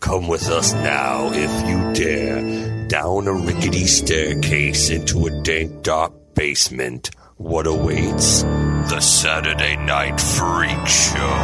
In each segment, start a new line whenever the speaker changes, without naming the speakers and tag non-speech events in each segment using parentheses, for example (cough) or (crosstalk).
Come with us now, if you dare, down a rickety staircase into a dank, dark basement. What awaits? The Saturday Night Freak Show.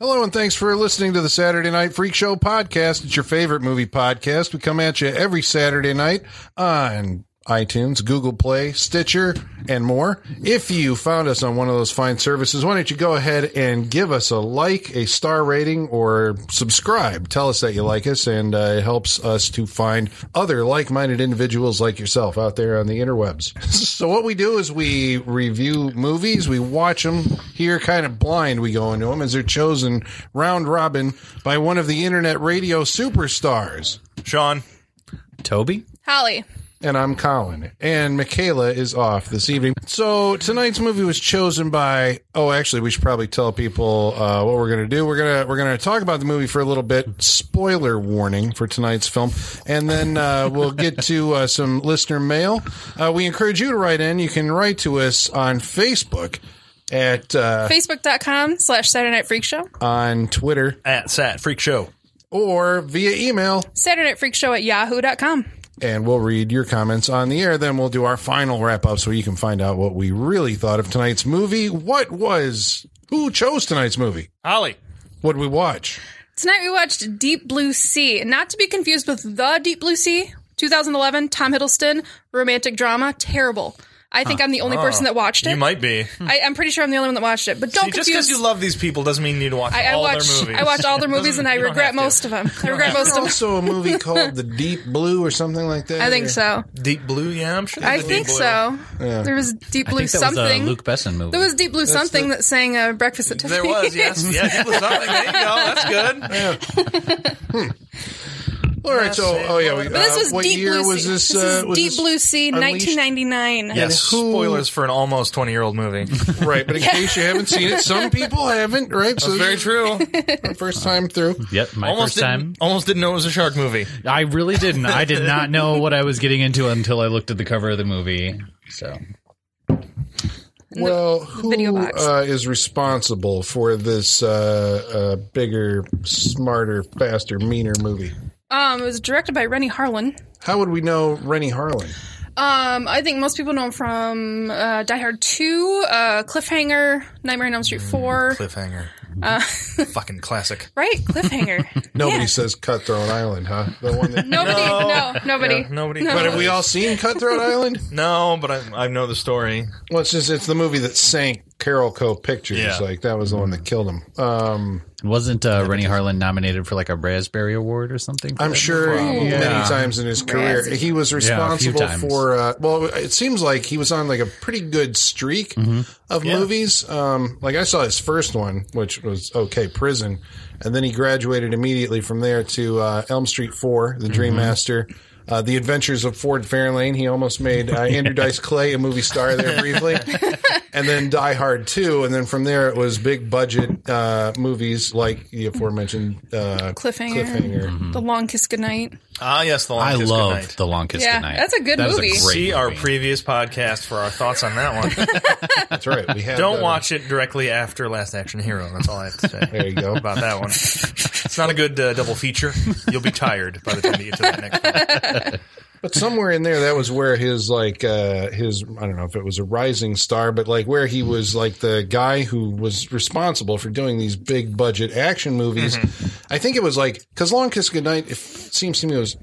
Hello, and thanks for listening to the Saturday Night Freak Show podcast. It's your favorite movie podcast. We come at you every Saturday night on iTunes, Google Play, Stitcher, and more. If you found us on one of those fine services, why don't you go ahead and give us a like, a star rating, or subscribe? Tell us that you like us, and uh, it helps us to find other like minded individuals like yourself out there on the interwebs. (laughs) so, what we do is we review movies, we watch them here kind of blind, we go into them as they're chosen round robin by one of the internet radio superstars.
Sean.
Toby?
Holly.
and I'm Colin. And Michaela is off this evening. So tonight's movie was chosen by. Oh, actually, we should probably tell people uh, what we're going to do. We're gonna we're gonna talk about the movie for a little bit. Spoiler warning for tonight's film, and then uh, we'll get to uh, some listener mail. Uh, we encourage you to write in. You can write to us on Facebook. At uh,
Facebook.com slash Saturday Night Freak Show.
on Twitter
At Sat Freak Show.
or via email,
Saturday Night Freak Show at yahoo.com.
and we'll read your comments on the air. Then we'll do our final wrap up so you can find out what we really thought of tonight's movie. What was, who chose tonight's movie?
Holly.
What did we watch?
Tonight we watched Deep Blue Sea, not to be confused with The Deep Blue Sea, 2011, Tom Hiddleston, romantic drama, terrible. I think I'm the only person that watched it.
You might be.
I, I'm pretty sure I'm the only one that watched it, but don't
See, just
confuse.
because you love these people doesn't mean you need to watch
I, I
all
watch.
their movies.
I
(laughs)
watch all their movies, and I
you don't have
regret
to.
most of them. I regret most of them.
Also, a movie (laughs) called The Deep Blue or something like that.
I think so.
Deep Blue. Yeah, I'm sure.
I
there's a
think
Deep Blue.
so. There was Deep Blue
I think that was
something.
a Luke Besson movie.
there was Deep Blue something that sang uh, "Breakfast at
There
Tiffany's." (laughs)
was, yes. Yeah, Deep Blue something. There you go. That's (laughs) good.
All right. So, oh yeah. We,
But this
uh,
was
what
Deep
year
Blue
was
Sea.
this?
is
uh, was
Deep
this
Blue Sea,
Unleashed?
1999.
Yes.
who-
Spoilers for an almost 20 year old (laughs) movie. That's
Right, but in case you haven't seen it, some people haven't. Right, so
very true.
true. First time through.
Yep, my
Almost
first time.
didn't, almost didn't know it was a shark movie.
I really didn't. I did not (laughs) know what I was getting into until I looked at the cover of the movie. So
Well, who
video box.
Uh, is responsible for this uh, uh, bigger, smarter, faster, meaner movie?
Um, it was directed by Rennie Harlan.
How would we know Rennie Harlan?
Um, I think most people know him from uh, Die Hard 2, uh, Cliffhanger, Nightmare on Elm Street 4,
Cliffhanger.
Uh, (laughs)
Fucking classic.
right? Cliffhanger.
Nobody
Yeah.
says Cutthroat Island, huh? The one that.
(laughs) Nobody, no, nobody.
Yeah, nobody.
But have we all seen Cutthroat Island?
No, but I, I know the story.
Well, it's just it's the movie that sank Carol Co. Pictures.
Yeah.
Like that was the one that killed him. Um,
wasn't uh, Rennie Harlan nominated for like a Raspberry Award or something?
I'm sure many
Yeah.
times in his career
Razzie.
he was
few
responsible
times.
for. Uh, well, it seems like he was on like a pretty good streak of movies. Um, like I saw his first one, which was okay, Prison, and then he graduated immediately from there to uh, Elm Street Four, The Dream Master. Uh, the Adventures of Ford Fairlane. He almost made uh, Andrew Dice Clay a movie star there briefly, and then Die Hard Two, and then from there it was big budget uh, movies like the aforementioned uh,
Cliffhanger.
Cliffhanger.
The Long Kiss Goodnight.
Ah, yes, the long
I
Kiss
love
Goodnight.
The Long Kiss
Yeah,
Goodnight.
that's a good
That was
movie.
great
See our
movie.
previous podcast for our thoughts on (laughs) that one.
That's right. We had uh,
Don't
that.
watch it directly after Last Action Hero. That's all I have to say.
There you
(laughs)
go.
about that one. It's not a good uh, double feature. You'll be tired by the time you get to that next one.
But somewhere in there, that was where his like uh, his I don't know if it was a rising star, but like where he was like the guy who was responsible for doing these big budget action movies.
Mm-hmm.
I think it was like because Long Kiss Goodnight it seems to me was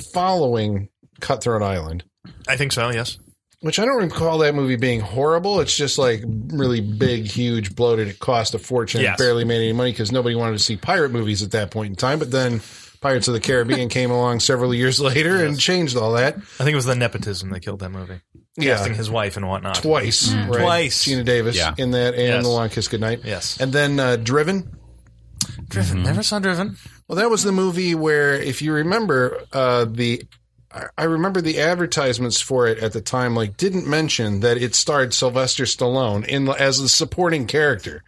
following Cutthroat Island.
I think so. Yes.
Which I don't recall that movie being horrible. It's just like really big, huge, bloated. It cost a fortune.
Yes.
It barely made any money because nobody wanted to see pirate movies at that point in time. But then Pirates of the
(laughs)
Caribbean came along several years later and changed all that.
I think it was the nepotism that killed that movie. Casting his wife and whatnot.
Twice. Right?
Twice.
Gina Davis
Yeah.
in that and
Yes.
The Long Kiss Goodnight.
Yes.
And then uh, Driven.
Driven. Never saw Driven.
Well, that was the movie where, if you remember, uh, the I- I remember the advertisements for it at the time, like didn't mention that it starred Sylvester Stallone in as the supporting character.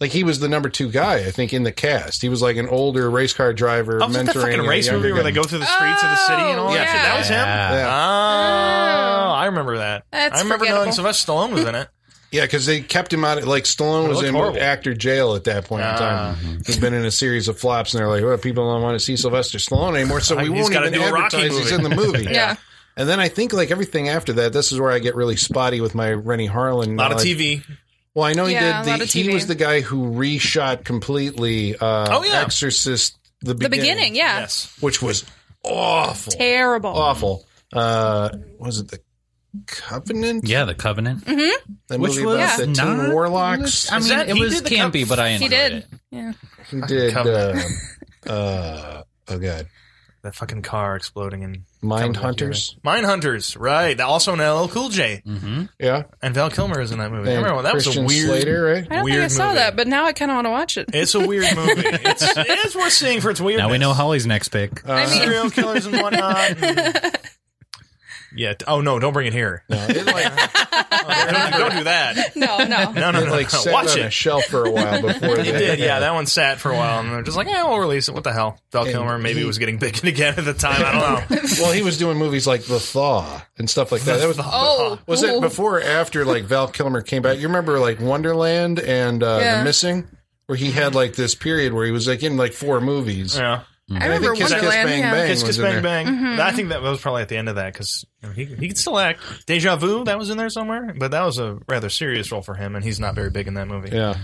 Like he was the number two guy, I think, in the cast. He was like an older race car driver,
Oh, was
mentoring
that the fucking
a
race
younger
movie where
guy.
they go through the streets of the city and all
Oh,
that shit? That was him.
Yeah.
Oh, I remember that.
That's
I remember knowing
forgettable.
Sylvester Stallone was in it.
Yeah, because they kept him out. Of, like Stallone was
looked
in
horrible. Ah.
actor jail at that point in time. He's been in a series of flops, and they're like, "Well, people don't want to see Sylvester Stallone anymore, so we
He's
won't
gotta
even
do a Rocky
advertise he's in
movie."
the movie."
Yeah.
And then I think like everything after that, this is where I get really spotty with my Rennie Harlan.
A lot of
knowledge.
TV.
Well, I know he
Yeah, a
did.
lot
The,
of
he
TV.
was the guy who reshot completely. Uh,
Oh, yeah.
Exorcist. The
The
beginning,
beginning, yeah.
Yes.
which was awful,
Terrible.
awful. Uh, was it the Covenant?
Yeah, the Covenant.
That
Which
movie about
was
the
not-
Teen Warlocks.
I
Is
mean,
that-
it
he
was
did the
campy, but I
He
enjoyed
did.
it.
Yeah.
He did. Uh,
Covenant.
uh, oh god,
That fucking car exploding in
Mind Hunters.
Mine Hunters, right? That Also an LL Cool J
Mm-hmm.
Yeah,
and Val Kilmer is in that movie. I
And
remember that
Christian
was a weird.
Slater, right?
(laughs)
I don't think I
Weird
saw
movie.
that, but now I kind of want to watch it.
It's
(laughs)
a weird movie. it's, it is worth seeing for its weirdness.
Now we know Holly's next pick.
Uh,
I mean-
serial killers and whatnot.
(laughs)
yeah. t- Oh no! Don't bring it here.
no, it like,
don't, don't do that.
(laughs) No,
(laughs)
no.
No, no,
it
no.
like
no.
sat
Watch
on
it.
a shelf for a while
(laughs)
before
It did, yeah. That one sat for a while, and they're just like, "Yeah, we'll release it." What the hell? Val
And
Kilmer maybe
he-
was getting big (laughs) again at the time. I
(laughs)
don't know.
Well, he was doing movies like The Thaw and stuff like that. That was
Oh,
was
cool.
it before or after like Val Kilmer came back? You remember like Wonderland and uh,
Yeah.
The Missing, where he had like this period where he was like in like four movies.
Yeah,
I
I think
remember
Kiss Kiss
Wonderland.
Bang
yeah.
Bang
Kiss
was
Kiss
in there.
Bang Bang. I think that was probably at the end of that because he he could still act. Deja Vu that was in there somewhere, but that was a rather serious role for him, and he's not very big in that movie.
Yeah,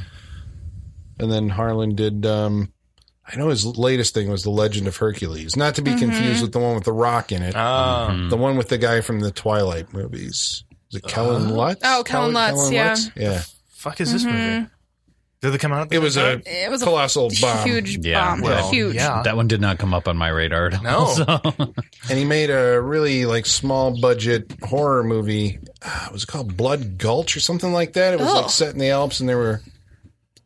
and then Harlan did. um I know his latest thing was The Legend of Hercules, not to
Mm-hmm.
be confused with the one with the Rock in it.
Um,
Ah,
Hmm.
The one with the guy from the Twilight movies. Is it Kellen Lutz?
Oh, Kellen Lutz, yeah.
Yeah.
fuck is this
Mm-hmm.
movie? Did it come out? At the
It was
same
a
time?
It was a
colossal bomb.
(laughs) huge
Yeah.
bomb.
Well,
huge.
Yeah.
That one did not come up on my radar. at all, so- (laughs)
And he made a really like small budget horror movie. Uh, was it called Blood Gulch or something like that? It was like
Oh.
Ugh.
set in the Alps and there were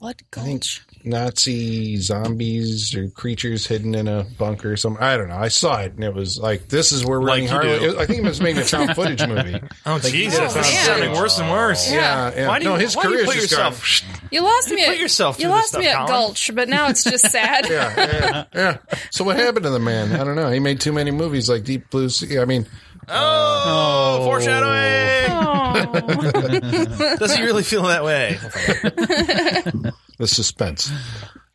Blood
I think
Gulch.
Nazi zombies or creatures hidden in a bunker or something. I don't know. I saw it and it was like this is where Rennie
you
Harlan.
do.
it- I think it was making a
(laughs)
found footage movie.
Oh Jesus!
Oh,
that's
man.
sounding worse and worse.
Yeah,
Yeah.
yeah.
Why do you,
no, his
why do you
career's
put
just gone.
yourself?
You lost me
put
at
yourself
You
through this
lost
stuff,
me at
Colin.
Gulch, but now
(laughs)
it's just sad.
(laughs) yeah, yeah, yeah. So what happened to the man? I don't know. He made too many movies like Deep Blue Sea. I mean,
Oh,
(laughs)
foreshadowing!
Oh.
Does he really feel that way?
(laughs) the suspense.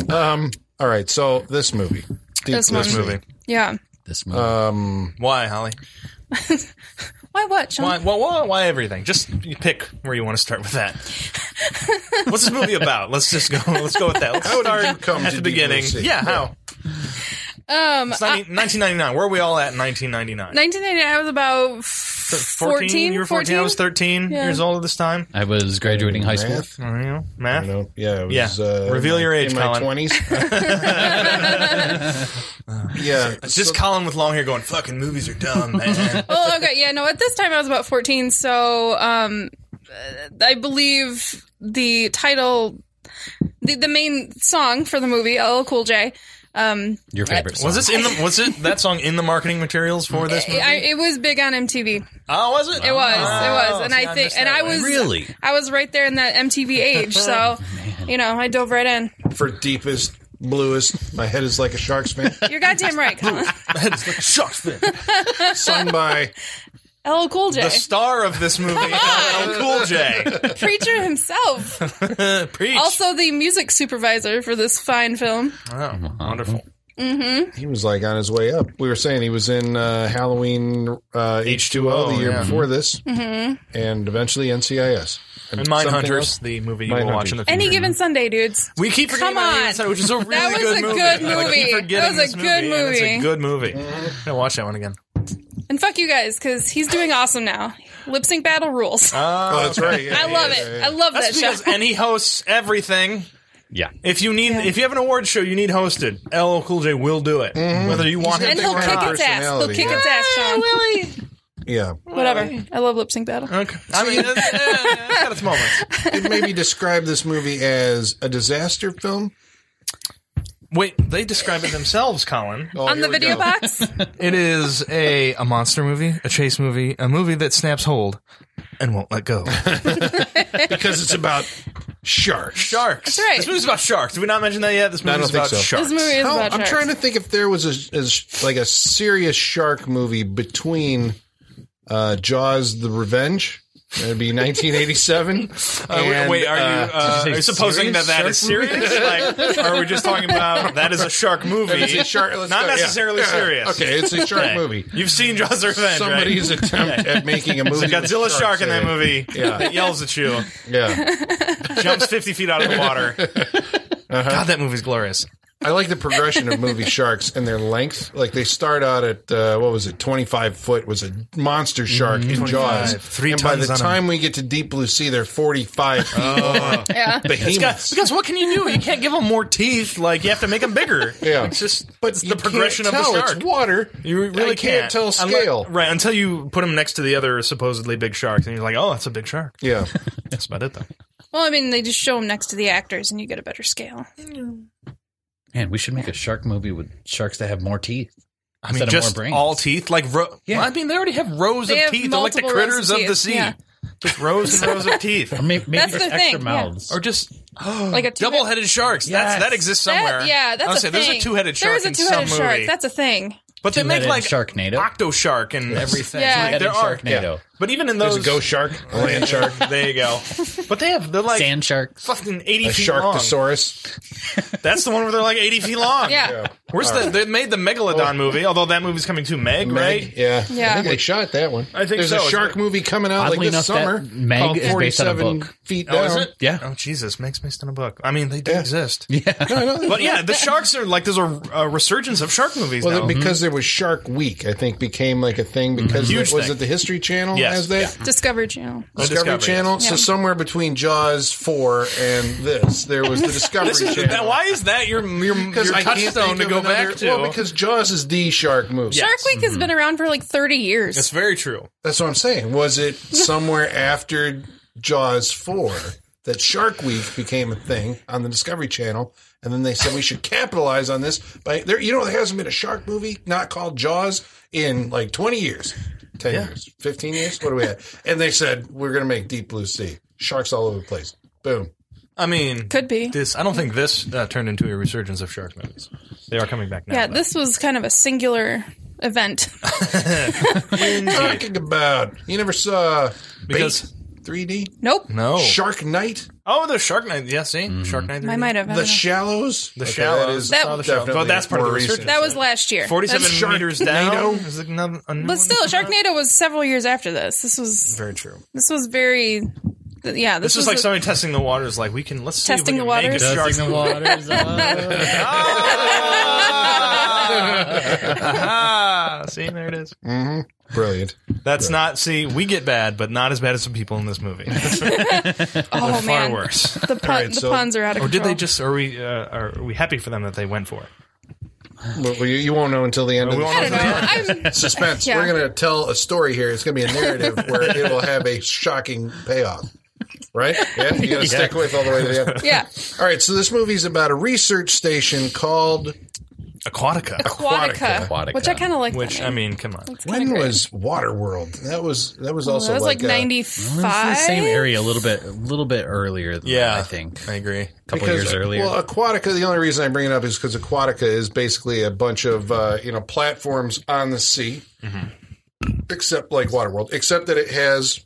Um. All right. So this movie, Deep
This
Blue
one.
Sea.
Movie.
yeah.
this movie.
Uh,
Um.
Why, Holly?
Why what, Sean?
Why, why, why, why everything? Just you pick where you want to start with
(laughs)
that. What's this movie about? Let's just go. Let's go with that. Let's
How did
start
you come
at
to
the
Deep
beginning.
Blue Sea?
Yeah, how?
Um,
It's 19- 1999. Where are we all at in 1999?
1999, I was about f- 14.
14? You were 14. I was 13
Yeah.
years old at this time.
I was graduating high school.
Math?
I don't know.
I
Math.
don't know. Yeah. It was,
Yeah.
Uh,
Reveal
in
your
my-
age,
in my (laughs)
Colin.
(laughs)
twenties. yeah.
It's just Colin with long hair going, fucking movies are dumb,
(laughs)
man.
oh, okay. Yeah, no, at this time I was about 14. So um, uh, I believe the title, the, the main song for the movie, LL Cool J, um,
Your favorite song.
was this in the, was it that song in the marketing materials for this movie?
Eh, I, it was big on MTV.
oh, was it?
It was. it was.
Oh,
And
see,
I think,
missed
and
that
I
one. (laughs)
was,
Really?
I was right there in that MTV age. So, you know, I dove right in.
for deepest, bluest, my head is like a shark's fin.
(laughs) You're goddamn right, Colin.
It's like a shark's fin.
Sung by
LL Cool J. (laughs)
The star of this movie, LL Cool J. Uh,
Preacher himself.
Preach.
Also the music supervisor for this fine film.
oh, wonderful.
he was like on his way up. We were saying he was in uh, Halloween uh, H two O the year
yeah.
before this,
Mm-hmm.
and eventually NCIS
And
something
Mindhunters,
else.
the movie you will watch in the future.
Any given Sunday, dudes.
we keep forgetting
Come
about
on.
Alien Side, which is a really
was
good
a
movie.
good
I keep
movie. That
forgetting
was a
this
good
and It's a
movie.
good movie.
(laughs)
I'm gonna watch that one again.
And fuck you guys, because he's doing awesome now. Lip sync battle rules.
Oh, that's right. Yeah,
I love
yeah,
it.
yeah, yeah.
I love
That's
that
because
show.
and he hosts everything.
yeah.
If you need, if you have an award show, you need hosted. LL Cool J will do it,
Mm-hmm.
whether you want him
And
to
he'll
or
kick
not.
its ass. He'll kick its ass, Sean.
Yeah.
Whatever. I love lip sync battle.
Okay. I mean, it's, eh, it's got its moments.
You'd maybe describe this movie as a disaster film.
Wait, they describe it themselves, Colin.
Oh,
On
here
the
we
video
go.
box,
It is a a monster movie, a chase movie, a movie that snaps hold and won't let go.
because it's about sharks.
Sharks.
That's right.
This movie's about sharks. Did we not mention that yet? This
I don't
movie's
think
about
so.
sharks.
this movie is
How-
about
I'm
sharks.
trying to think if there was a, a like a serious shark movie between uh, Jaws: The Revenge That'd be 1987.
(laughs) Uh, wait-
And,
wait, are you,
uh,
uh,
did you say
are you supposing that
serious
that
shark
is
(laughs)
serious? like, or are we just talking about that is a shark movie?
it's a shark- let's
Not
go- yeah.
necessarily
Yeah.
serious.
Okay, it's a shark
Okay.
movie.
You've seen Jaws Revenge, (laughs)
Somebody's attempt at making a movie.
right? Godzilla
with sharks
shark in that
it.
movie (laughs) that yells at you,
Yeah,
jumps 50 feet out of the water. God, that movie's glorious.
I like the progression of movie sharks and their length. Like they start out at uh, what was it, 25 foot was a monster shark in Jaws.
25, Mm-hmm. three
and by the
tons on 'em. Oh.
time we get to Deep Blue Sea, they're 45 feet long.
Yeah.
behemoths.
Because what can you do? You can't give them more teeth. Like, you have to make them bigger.
Yeah.
It's just
But
it's
you
the progression of
can't
the
tell,
shark.
It's water.
You really
I can't tell
Unle-
scale.
right? Until you put them next to the other supposedly big sharks, and you're like, "Oh, that's a big shark."
Yeah.
That's about it, though.
Well, I mean, they just show them next to the actors, and you get a better scale.
Man, we should make a shark movie with sharks that have more teeth.
I mean,
Instead of
just
more brains.
all teeth, like ro-
Yeah.
I mean, they already have rows
They
of
have
teeth. They're like the
multiple rows
critters
of
of, the
teeth,
sea,
yeah.
just rows and rows of teeth,
(laughs) Or may- maybe
That's
for
the
extra
thing, yeah.
mouths.
or just
Like a two-
double-headed sharks. That's
Yes.
that exists
That-
somewhere.
yeah, that's
Honestly,
a thing.
There's a two-headed shark
There's a
in some
two-headed shark.
movie,
That's a thing.
but they make
Two-headed
like
Sharknado.
octo shark and everything.
Yeah.
Like, there are,
Two-headed Sharknado.
but even in
There's
those
a ghost shark, (laughs) a land shark,
There you
(laughs)
go. But they have they're like
Sand sharks.
fucking eighty
a
feet long.
sharktosaurus.
That's the one where they're like eighty feet long.
Yeah.
Yeah.
Where's the? They made the Megalodon movie, although that movie's coming to Meg,
Oh. Meg,
right?
yeah.
Yeah.
I think they shot that one.
I think
There's
so.
a shark movie coming out
Oddly
like this
enough,
summer.
that Meg
called
is based on a
47
book.
Feet
Oh,
down.
is it?
Yeah.
Oh, Jesus, Meg's based on a book. I mean, they do exist.
(laughs) No, no,
But yeah, the sharks are like there's a, a resurgence of shark movies
Well,
now.
because there was Shark Week, I think became like a thing
Mm-hmm.
because
Huge
it- was
thing.
it the History Channel
Yes.
as that
Yeah.
Discovery Channel.
Discovery,
Discovery.
Channel? So
Yeah.
somewhere between Jaws four and this, there was (laughs) the Discovery
This is-
Channel.
that- why is that your your, your
I can't
touchstone
think
to
of
go
another-
back to?
Well, because Jaws is the shark movie.
Yeah.
Shark Week has been around for like 30 years.
it's very true.
That's what I'm saying. Was
(laughs)
it somewhere after Jaws four that Shark Week became a thing on the Discovery Channel? And then they said we should capitalize on this by there. You know, there hasn't been a shark movie not called Jaws in like 20 years, 10 years, 15 years. What do we have? And they said we're going to make Deep Blue Sea sharks all over the place. Boom.
I mean,
Could be.
this. I don't think this uh, turned into a resurgence of shark movies. They are coming back now.
yeah,
though.
this was kind of a singular
(laughs)
event.
Talking about you never saw
because
3D
Nope.
no
Shark Night,
Oh, the Shark Night. Yeah, see, Shark Night.
I might have. I
The
don't know.
Shallows,
The
Okay,
Shallows.
That is
That-
Saw the Shallows.
definitely
But that's part of
more
the
recent.
research.
that was last year.
Forty-seven
That's-
meters down.
Sharknado.
Is it another- a new
But
one
still,
coming out?
Sharknado was several years after this. This was
Very true.
this was very, th- yeah.
This
This,
is
was
like (laughs)
a-
somebody testing the waters. Like we can let's see
Testing
if we
the
can make
waters.
a shark
Dusting the (laughs) waters. up.
(laughs) Ah, see, there it is.
brilliant.
That's not. See, we get bad, but not as bad as some people in this
(laughs)
movie.
(laughs) oh
Far
man, (laughs)
worse.
the, pun, the
so-
puns are out of
Or did
control.
they just? Are we? Uh, are we happy for them that they went for it?
Well, you, you won't know until the end of
We
the
won't
I don't know. (laughs)
(laughs)
I'm,
suspense.
Yeah.
We're going to tell a story here. It's going to be a narrative where it will have a shocking payoff. Right? Yeah, you got to stick with all the way to the
(laughs)
end.
yeah,
All right, so this movie's about a research station called.
(laughs) Aquatica.
Aquatica,
Aquatica.
which I kind of like.
Which
that
I
name.
mean, come on.
It's kinda
When
great.
was Waterworld? That was that was also uh,
that was like,
a-
ninety
It's the
five.
same area, a little bit, a little bit earlier. Than
Yeah,
that, I think
I
a
agree.
couple
because,
years earlier.
Well, Aquatica. The only reason I bring it up is because Aquatica is basically a bunch of uh, you know platforms on the sea, except like Waterworld, except that it has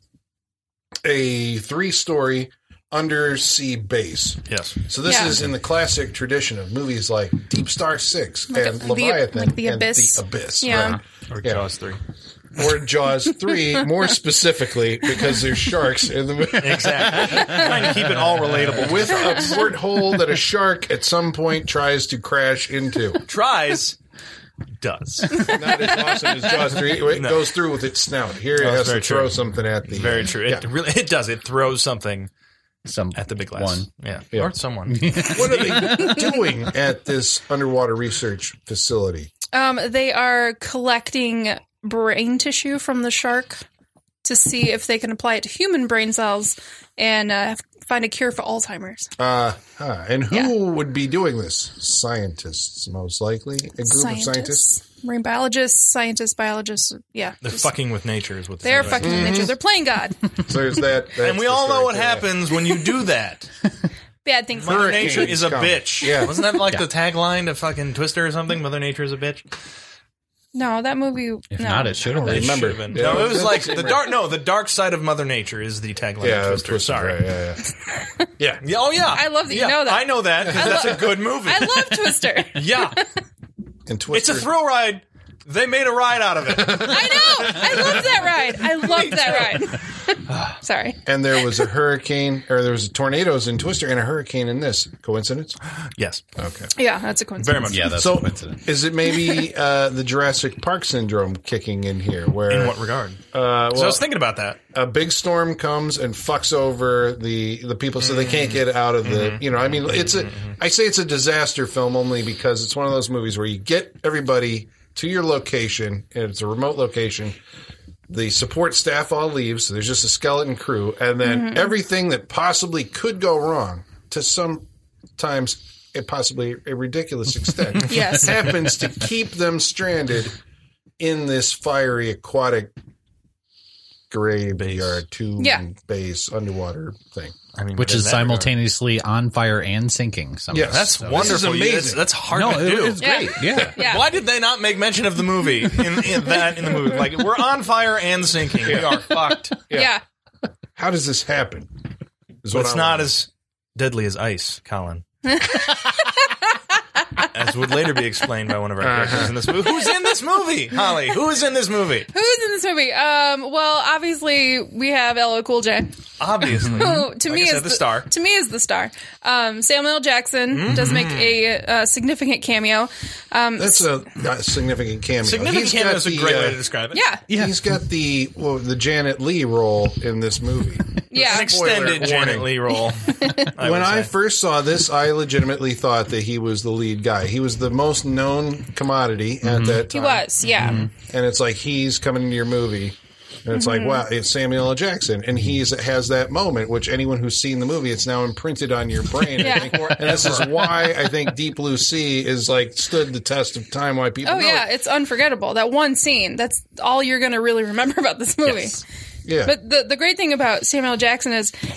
a three-story undersea base.
Yes.
So this
Yeah.
is in the classic tradition of movies like Deep Star Six and
the-
Leviathan
like The
and
Abyss.
The Abyss,
Yeah.
right.
Or
Yeah.
Jaws three.
or Jaws Three, more specifically because there's sharks in the movie.
Exactly. Trying to keep it all relatable.
With a porthole that a shark at some point tries to crash into.
tries does.
Not as awesome as Jaws 3. It goes through with its snout. Here it
That's
has to
Oh, very
throw
true.
something at the.
Very true. It
Yeah.
really it does. It throws something
Some
at the big glass.
one.
Yeah.
Yeah.
Or someone.
What are they
(laughs)
doing at this underwater research facility?
Um, they are collecting brain tissue from the shark to see if they can apply it to human brain cells and uh, find a cure for Alzheimer's.
Uh, huh. And who
Yeah.
would be doing this? Scientists, most likely. A group of scientists.
marine biologists, scientists, biologists. Yeah,
They're fucking with nature is what
they are
doing.
fucking with nature. They're playing God.
So there's that.
And we all know what happens when you do that.
Bad things.
Mother
happen.
Hurricane.
Nature is a
Come.
bitch.
Yeah.
Wasn't that like the tagline to fucking Twister or something? Mother Nature is a bitch.
No, that movie.
If
no.
not, it should have been.
Remember,
Should've been.
Yeah,
no, it was
that's
like
the same
the
rate.
dark. No, the dark side of Mother Nature is the tagline.
Yeah,
of
it was
Twister.
Twisted,
Sorry.
right, yeah, yeah.
yeah. Yeah, Oh yeah.
I love that you
Yeah,
know that.
I know that 'cause that's a good movie.
I love Twister.
(laughs) yeah,
And Twister.
it's a thrill ride. They made a ride out of it.
I know. I love that ride. I love that ride. (laughs) Sorry.
and there was a hurricane, or there was tornadoes in Twister and a hurricane in this. Coincidence?
(laughs) yes,
Okay.
Yeah, that's a
very
coincidence.
much.
Yeah, that's
So-
a coincidence.
Is it maybe uh, the Jurassic Park syndrome kicking in here, where
In what regard?
uh,
so I
well,
was thinking about that.
a big storm comes and fucks over the the people, so they can't get out of the. You know, I mean, it's a. I say it's a disaster film only because it's one of those movies where you get everybody to your location, and it's a remote location. The support staff all leaves, so there's just a skeleton crew, and then everything that possibly could go wrong to sometimes a possibly a ridiculous extent
Yes.
happens to keep them stranded in this fiery aquatic graveyard tomb
Yeah.
base underwater thing.
I mean,
Which
in
is
that
simultaneously on fire and sinking. Somehow.
Yes.
That's
So
wonderful.
this is
You-
amazing.
That's, that's hard
no,
to
it-
do.
it's great. Yeah.
Yeah.
Why did they not make mention of the movie in, in that in the movie? Like we're on fire and sinking. We are fucked.
Yeah.
How does this happen? Is what
It's
I
not
want.
as deadly as ice, Colin. as would later be explained by one of our characters in this movie. Who's in this movie, Holly? Who is in this movie?
Who's in this movie? Um, well, obviously we have LL Cool J,
Obviously,
who
Mm-hmm.
to
Like
me
I said,
is
the star. Mm-hmm.
To me is the star. Um, Samuel L. Jackson does make a, uh significant cameo. Um,
That's a, a significant cameo.
Significant
He's
cameo
got
is a
the,
great
uh,
way to describe it.
yeah,
He's got the well, the Janet Lee role in this movie.
yeah,
An extended
Spoiler
Janet
warning.
Lee
(laughs)
role. (laughs) I
when
would
I
say.
first saw this, I legitimately thought that he was the lead guy. He was the most known commodity
Mm-hmm.
at that
he
time.
was. Yeah,
and it's like he's coming into your movie and it's
Mm-hmm.
like wow it's samuel l jackson and he's has that moment which anyone who's seen the movie it's now imprinted on your brain I
(laughs) Yeah.
think. and this is why i think deep blue sea is like stood the test of time why people
Oh
know
yeah,
it.
it's unforgettable. That one scene. That's all you're going to really remember (laughs) about this movie.
yeah
But the the great thing about Samuel L. Jackson is
Are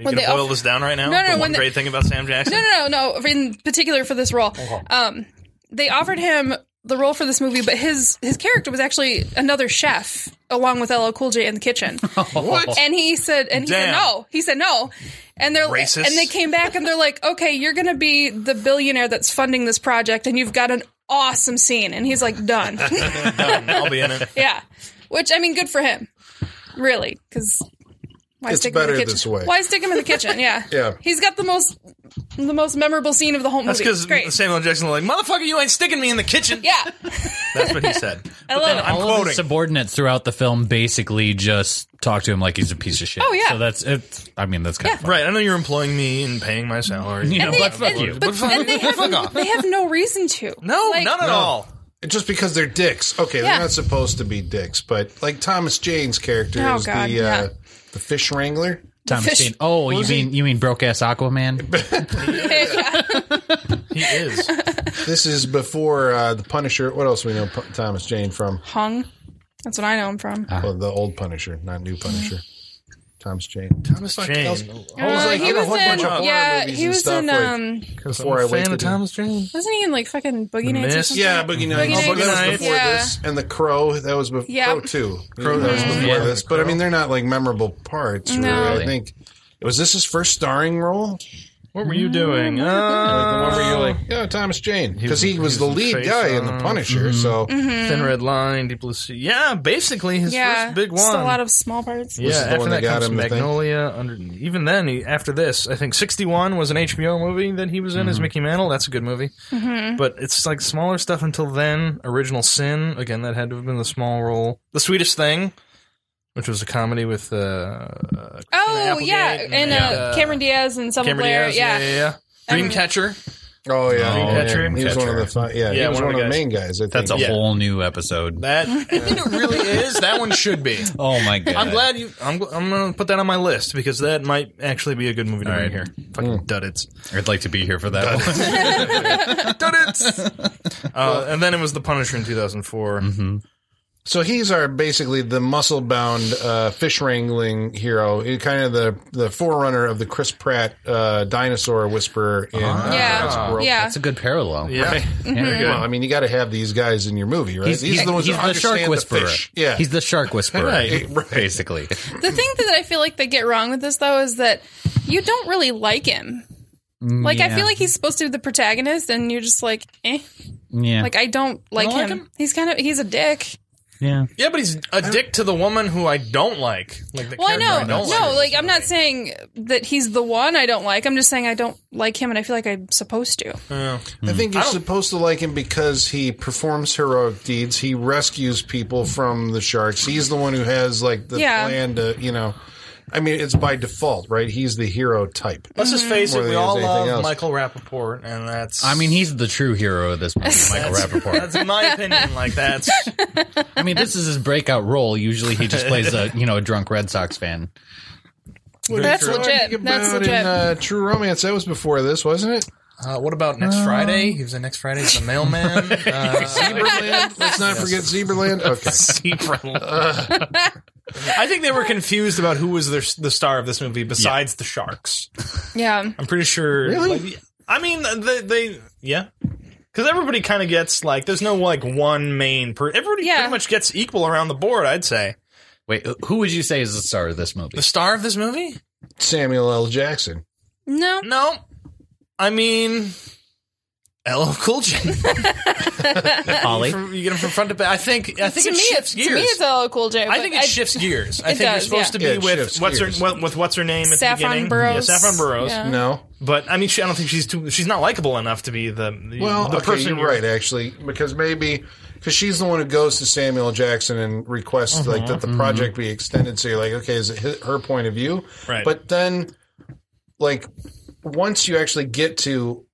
you
when
gonna
they
boil
off-
this down right now?
No, no,
The
when
one
they-
great thing about Sam Jackson.
no, no, no, no. In particular for this role, um, they offered him the role for this movie, but his his character was actually another chef along with LL Cool J in the kitchen.
What?
And he said, and he
Damn.
said no. He said no. And they're
Racist.
and they came back and they're like, okay, you're going to be the billionaire that's funding this project, and you've got an awesome scene. And he's like,
(laughs)
done.
I'll be in it.
Yeah. Which I mean, good for him. Really, because why
It's
stick him in the
better
kitchen?
this way.
Why stick him in the
(laughs)
kitchen? Yeah.
Yeah.
He's got the most the most memorable scene of the whole
That's
movie. It's
because
great.
Samuel Jackson was like, motherfucker, you ain't sticking me in the kitchen.
yeah.
That's what he said.
(laughs) I love it.
I'm
All of
quoting.
his subordinates throughout the film basically just talk to him like he's a piece of shit.
Oh, yeah.
So that's it. I mean, that's kind of fun.
Right, I know you're employing me and paying my (laughs) salary.
You know,
they-
but fuck
and-
you.
But,
fuck-
and they, have,
fuck off.
they have no reason to.
No,
Like,
none at all.
just because they're dicks okay
Yeah.
they're not supposed to be dicks but like thomas jane's character
Oh,
is
God,
the
yeah.
uh, the fish wrangler
Thomas
Fish-
Jane- Oh, you
was he-
mean you mean broke ass
(laughs)
Aquaman?
Yeah.
He
(laughs)
is.
this is before uh, the punisher what else we know P- thomas jane from
Hung. That's what I know him from.
well, the old punisher not new punisher thomas jane
Thomas Jane.
I was
Uh,
like,
he
I'm a
was
whole bunch
in.
of horror
Yeah,
movies
he
and
was
stuff,
in.
like-
Um,
Before I wake
fan
to
of
do-
Thomas Jane.
wasn't he in like fucking Boogie Nights? Or
Mist?
something?
Yeah, Boogie Nights.
Boogie
But that was
Nights,
before
yeah.
this. And The Crow, that was before
Yeah.
Crow too. Crow that was before
Yeah.
this. But I mean, they're not like memorable parts. Really.
No.
I think was this his first starring role?
What were you doing?
Mm-hmm.
Like,
Uh,
where you like, yeah, Thomas Jane, because he,
was-
was
he
the
was the
lead
face
guy in
on-
The Punisher. So
Thin Red Line, Deep Blue Sea. Yeah, basically his
yeah.
first big one.
Just a lot of small parts.
yeah,
This is the
after
one
that
that got
comes
him the thing.
Magnolia. Under, even then, he, after this, I think 61 was an HBO movie that he was in
Mm-hmm.
as Mickey Mantle. That's a good movie. But it's like smaller stuff until then. Original Sin, again, that had to have been the small role. The Sweetest Thing, which was a comedy with uh,
Oh
Applegate
yeah,
and,
and uh,
uh,
Cameron Diaz and Selma
Cameron
Blair.
Diaz.
yeah.
Yeah, yeah, yeah. Dreamcatcher.
oh yeah,
Dreamcatcher.
he was one of the fi- yeah, he
Yeah,
was
one of
one of
the
the
guys.
main guys. I think.
That's a
yeah.
whole new episode.
That I think it really is. That one
(laughs)
should be.
Oh my god.
I'm glad you. I'm, gl- I'm gonna put that on my list because that might actually be a good movie to bring here.
Hmm.
Fucking duddits.
I'd like to be here for that one.
Mm-hmm.
Duddits. uh, and then it was The Punisher in 2004.
So he's our basically the muscle bound uh, fish wrangling hero, He- kind of the the forerunner of the Chris Pratt uh, dinosaur whisperer in
Ah.
uh,
Yeah.
Jurassic World.
Yeah.
That's a good parallel.
Yeah. (laughs) Mm-hmm.
Yeah.
Well, I mean, you got to have these guys in your movie, right?
He's,
these
he's,
are the ones
he's
who
the shark
understand
whisperer.
fish. Yeah,
He's the shark
(laughs)
whisperer.
Right, right.
Basically.
The thing that I feel like they get wrong with this though is that you don't really like him.
Mm,
Like I
Yeah.
feel like he's supposed to be the protagonist, and you're just like, eh.
Yeah.
Like I don't like,
like
him.
him?
He's kind of he's a dick.
yeah.
Yeah, but he's a dick to the woman who I don't like. Like the
Well, I
character
know.
don't
no,
like.
like I'm not saying that he's the one I don't like. I'm just saying I don't like him, and I feel like I'm supposed to.
I think you're
Oh.
don't-
supposed to like him because he performs heroic deeds. He rescues people from the sharks. He's the one who has like the
Yeah.
plan to, you know. I mean, it's by default, right? He's the hero type.
Let's
mm-hmm.
just face
More
it,
than
we all
anything
love
else.
Michael Rappaport, and that's.
I mean, he's the true hero of
(laughs)
this movie, Michael Rappaport.
(laughs) that's in my opinion. Like,
(laughs)
that's.
I mean, this is his breakout role. Usually he just plays a, you know, a drunk Red Sox
(laughs)
fan.
That's legit.
About
That's legit.
In, uh, True Romance, that was before this, wasn't it?
Uh, what about next Friday? He was in next Friday's The
(laughs)
Mailman. Uh,
Zebraland. Let's not forget Zebraland. Okay.
Uh, I think they were confused about who was their, the star of this movie besides the Sharks.
(laughs) yeah.
I'm pretty sure.
Really?
like, I mean, they, they yeah, because everybody kind of gets like there's no like one main. Per- everybody
Yeah.
pretty much gets equal around the board. I'd say
Wait, who would you say is the star of this movie?
the star of this movie.
Samuel L. Jackson.
No.
No, I mean. LL Cool J.
Ollie?
From- (laughs) you get him from front to back. I think. I think
to
it
me,
shifts
it's
gears.
to me, it's LL Cool J.
I
but
think it shifts gears. I
(laughs) It
think you're
does,
supposed
yeah.
to be
Yeah, it
with
shifts
what's
gears.
her what, with what's her name at
Saffron
the beginning.
Burrows.
Yeah, Saffron Burrows.
Yeah.
No.
But I mean, she, I don't think she's too. She's not likable enough to be the, the
Well,
the
okay,
person
you're right, actually, because maybe because she's the one who goes to Samuel L. Jackson and requests like that the project be extended. So you're like, okay, is it hi- her point of view?
Right.
But then, like, once you actually get to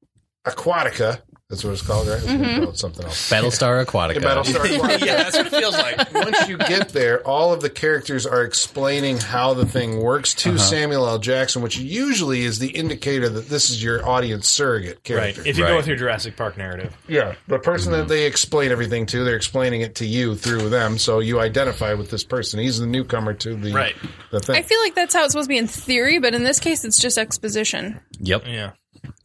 Aquatica, that's what it's called, right? It's gonna call it something else.
Battlestar Aquatica.
Battlestar Aquatica. (laughs)
yeah, that's what it feels like.
Once you get there, all of the characters are explaining how the thing works to
Uh-huh.
Samuel L. Jackson, which usually is the indicator that this is your audience surrogate
Right.
character. Mm-hmm.
If you go
Right.
with your Jurassic Park narrative,
Yeah, the person that they explain everything to, they're explaining it to you through them, so you identify with this person. He's the newcomer to the
Right.
the
I
thing.
feel like that's how it's supposed to be in theory, but in this case, it's just exposition.
Yep.
yeah.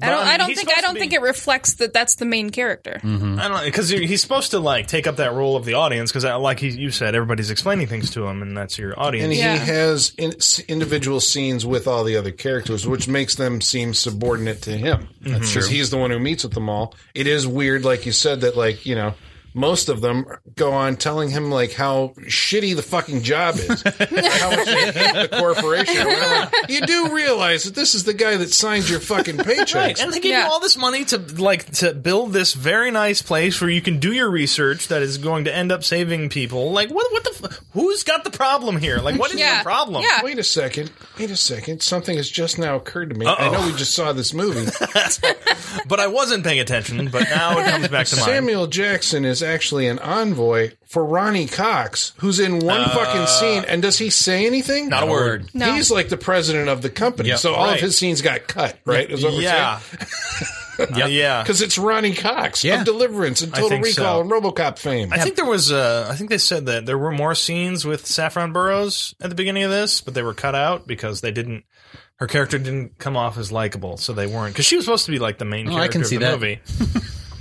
I don't.
Well, I mean,
I don't
he's
think. I
supposed to
don't
be-
think it reflects that that's the main character.
I don't because he's supposed to like take up that role of the audience because, like he, you said, everybody's explaining things to him, and that's your
and
audience.
he
Yeah.
has in, s- individual scenes with all the other characters, which makes them seem subordinate to him. That's true. He's the one who meets with them all. It is weird, like you said, that like you know. Most of them go on telling him like how shitty the fucking job is, Or how much they hate the corporation. Or whatever. You do realize that this is the guy that signs your fucking paychecks,
Right, and they give
Yeah.
you all this money to like to build this very nice place where you can do your research that is going to end up saving people. Like, what? What the? F- who's got the problem here? Like, what is
Yeah.
the problem?
Yeah.
Wait a second. Wait a second. Something has just now occurred to me. I know we just saw this movie.
But I wasn't paying attention. But now it comes back to mind.
Samuel Jackson is actually an envoy for Ronnie Cox, who's in one fucking scene. And does he say anything?
Uh, Not a word.
No.
He's like the president of the company. so all of
right.
his scenes got cut, right? Is what we're
Yeah. (laughs) Uh, yeah.
Because it's Ronnie Cox
Yeah.
of Deliverance and Total
think
Recall
so.
and Robocop fame.
I think there was. Uh, I think they said that there were more scenes with Saffron Burrows at the beginning of this, but they were cut out because they didn't. Her character didn't come off as likable, so they weren't. Because she was supposed to be like the main
Oh, I
character
can
of
see
the
that.
movie.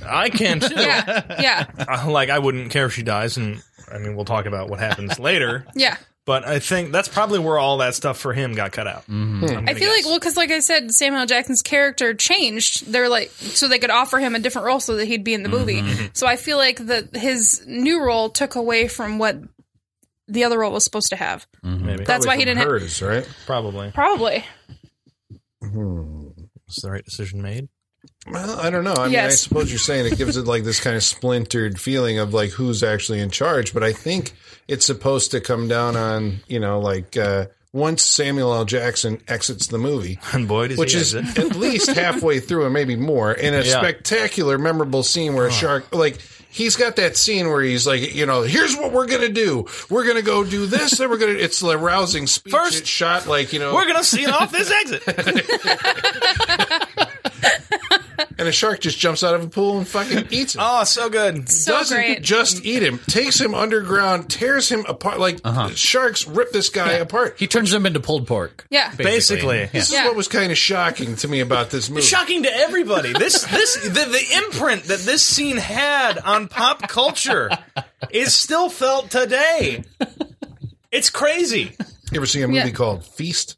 I can
(laughs)
too.
(laughs) Yeah. Yeah.
Uh, like I (laughs) wouldn't care if she dies, and I mean we'll talk about what happens later.
Yeah.
But I think that's probably where all that stuff for him got cut out. Mm-hmm.
I feel like well, because like I said, Samuel L. Jackson's character changed. They're like so they could offer him a different role so that he'd be in the movie.
Mm-hmm.
So I feel like that his new role took away from what the other role was supposed to have.
maybe
That's why he
From
didn't. Have,
hers, right?
probably
probably.
was the right decision made. (laughs)
Well, I don't know. I mean, I
Yes.
suppose you're saying it gives it like this kind of splintered feeling of like who's actually in charge, but I think it's supposed to come down on, you know, like uh, once Samuel L. Jackson exits the movie,
And boy, does
which
he
is
(laughs) exit.
at least halfway through and maybe more, in a
Yeah.
spectacular, memorable scene where a shark, like, He's got that scene where he's like, you know, here's what we're gonna do. We're gonna go do this. Then we're gonna. (laughs) It's the rousing speech.
First-
it's shot like you know.
(laughs) We're gonna see it off this exit.
and a shark just jumps out of a pool and fucking eats him.
(laughs) Oh, so good.
So
doesn't
great.
just eat him, takes him underground, tears him apart. Like
Uh-huh.
sharks rip this guy apart.
He turns them into pulled pork.
Yeah.
Basically.
Yeah.
This
Yeah.
is what was kind of shocking to me about this movie.
Shocking to everybody. This this the, the imprint that this scene had on pop (laughs) culture is still felt today. It's crazy.
you ever see a movie
Yeah.
called Feast?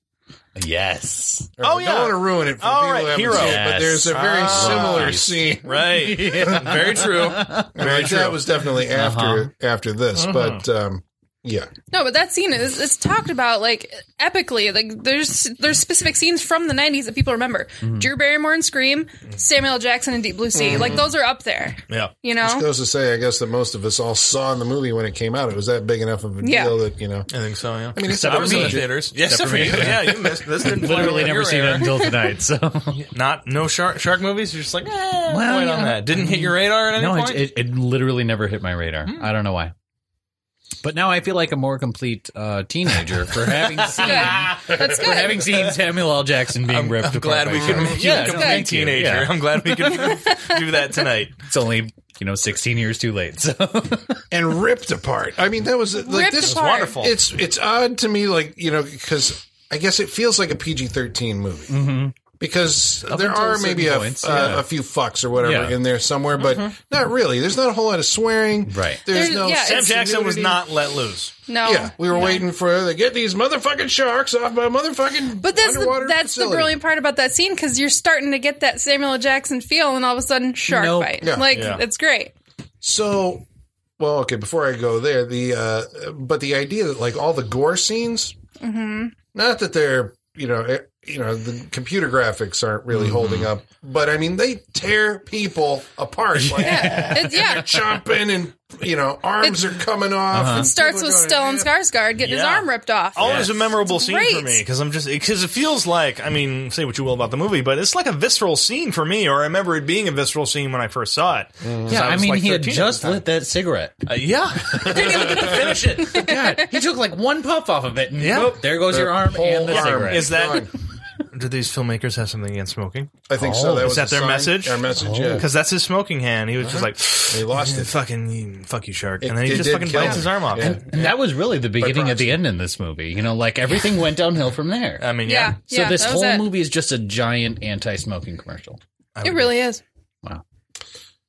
Yes.
Oh
I don't
yeah.
want to ruin it for
All
people
right,
who haven't
Hero.
seen it, but
Yes.
there's a very
Ah.
similar scene.
Right. (laughs) Very true. Very Uh-huh.
Like, that was definitely after after this, but um, yeah,
No, but that scene is it's talked about like epically. Like there's there's specific scenes from the '90s that people remember.
Mm-hmm.
Drew Barrymore in Scream, Samuel L. Jackson in Deep Blue Sea. Like those are up there.
(laughs) yeah.
You know.
goes to say, I guess that most of us all saw in the movie when it came out. It was that big enough of a
Yeah.
deal that you know.
I think so, yeah. I
mean, it's
I
not
was
for
in the
me.
theaters. Yes, except for you. Yeah, you missed this. Didn't fly
Literally
over
never
your
seen it
radar.
until
(laughs)
tonight. So
Not no shark shark movies. You're just like, eh,
Well,
wait on
Oh, yeah.
that. Didn't hit your radar at any Hmm.
no, it,
point.
it, it literally never hit my radar. I don't know why. But now I feel like a more complete uh,
(laughs)
teenager for having seen
Good. That's
for
good.
having seen Samuel L. Jackson being ripped
I'm
apart
glad
by
we could
sharks.
make you a
it's
complete
good.
teenager.
Yeah.
I'm glad we could do that tonight.
It's only you know 16 years too late. So
and ripped apart. I mean, that was like
Ripped
this is
apart.
Wonderful.
It's it's odd to me, like you know, because I guess it feels like a PG thirteen movie because there
until
are
certain
maybe a,
points,
uh,
yeah.
a few fucks or whatever
Yeah.
in there somewhere, but not really. There's not a whole lot of swearing.
Right.
There's
There's-
no.
Mm-hmm. yeah,
Sam
It's
Jackson was
nudity.
not let loose.
no.
Yeah, we were waiting for the get these motherfucking sharks off my motherfucking.
But that's the,
underwater
that's the
facility.
brilliant part about that scene because you're starting to get that Samuel L. Jackson feel, and all of a sudden, shark
Nope.
bite.
Yeah.
Like
Yeah.
it's great.
So, well, okay. Before I go there, the uh, but the idea that like all the gore scenes,
Mm-hmm.
not that they're you know eh, you know the computer graphics aren't really holding
Mm-hmm.
up, but I mean they tear people apart. Like,
Yeah,
(laughs)
it, yeah.
Chomping and you know arms are coming off. and
Uh-huh.
It starts
people
with
are going, Oh,
Stellan
"Eh."
Skarsgård getting his
Yeah.
arm ripped off.
Always a memorable
It's
scene for
great.
me because I'm just because it feels like I mean, say what you will about the movie, but it's like a visceral scene for me, or I remember it being a visceral scene when I first saw it. 'Cause
yeah, I,
was
mean
like
he had
13 at
just
the time.
lit that cigarette.
Uh, (laughs) yeah, didn't even get to finish it.
(laughs) God, he took like one puff off of it, and
Yeah.
whoop, there goes your arm
whole
and the
arm
cigarette.
Is that?
Gone.
Do these filmmakers have something against smoking?
I think so. That
Oh. is
was
that
a
their
sign.
message? Oh.
Our message, yeah.
Because that's his smoking hand. He was just like,
They lost it.
fucking fuck you, shark,
It-
and then he
it
just
did
fucking
kill
bites
him.
his arm off.
Yeah.
And that was really the beginning of the end in this movie. You know, like everything went downhill from there.
I mean, yeah.
Yeah,
Um, so
yeah,
this
that was
whole
it.
movie is just a giant anti-smoking commercial.
It really is.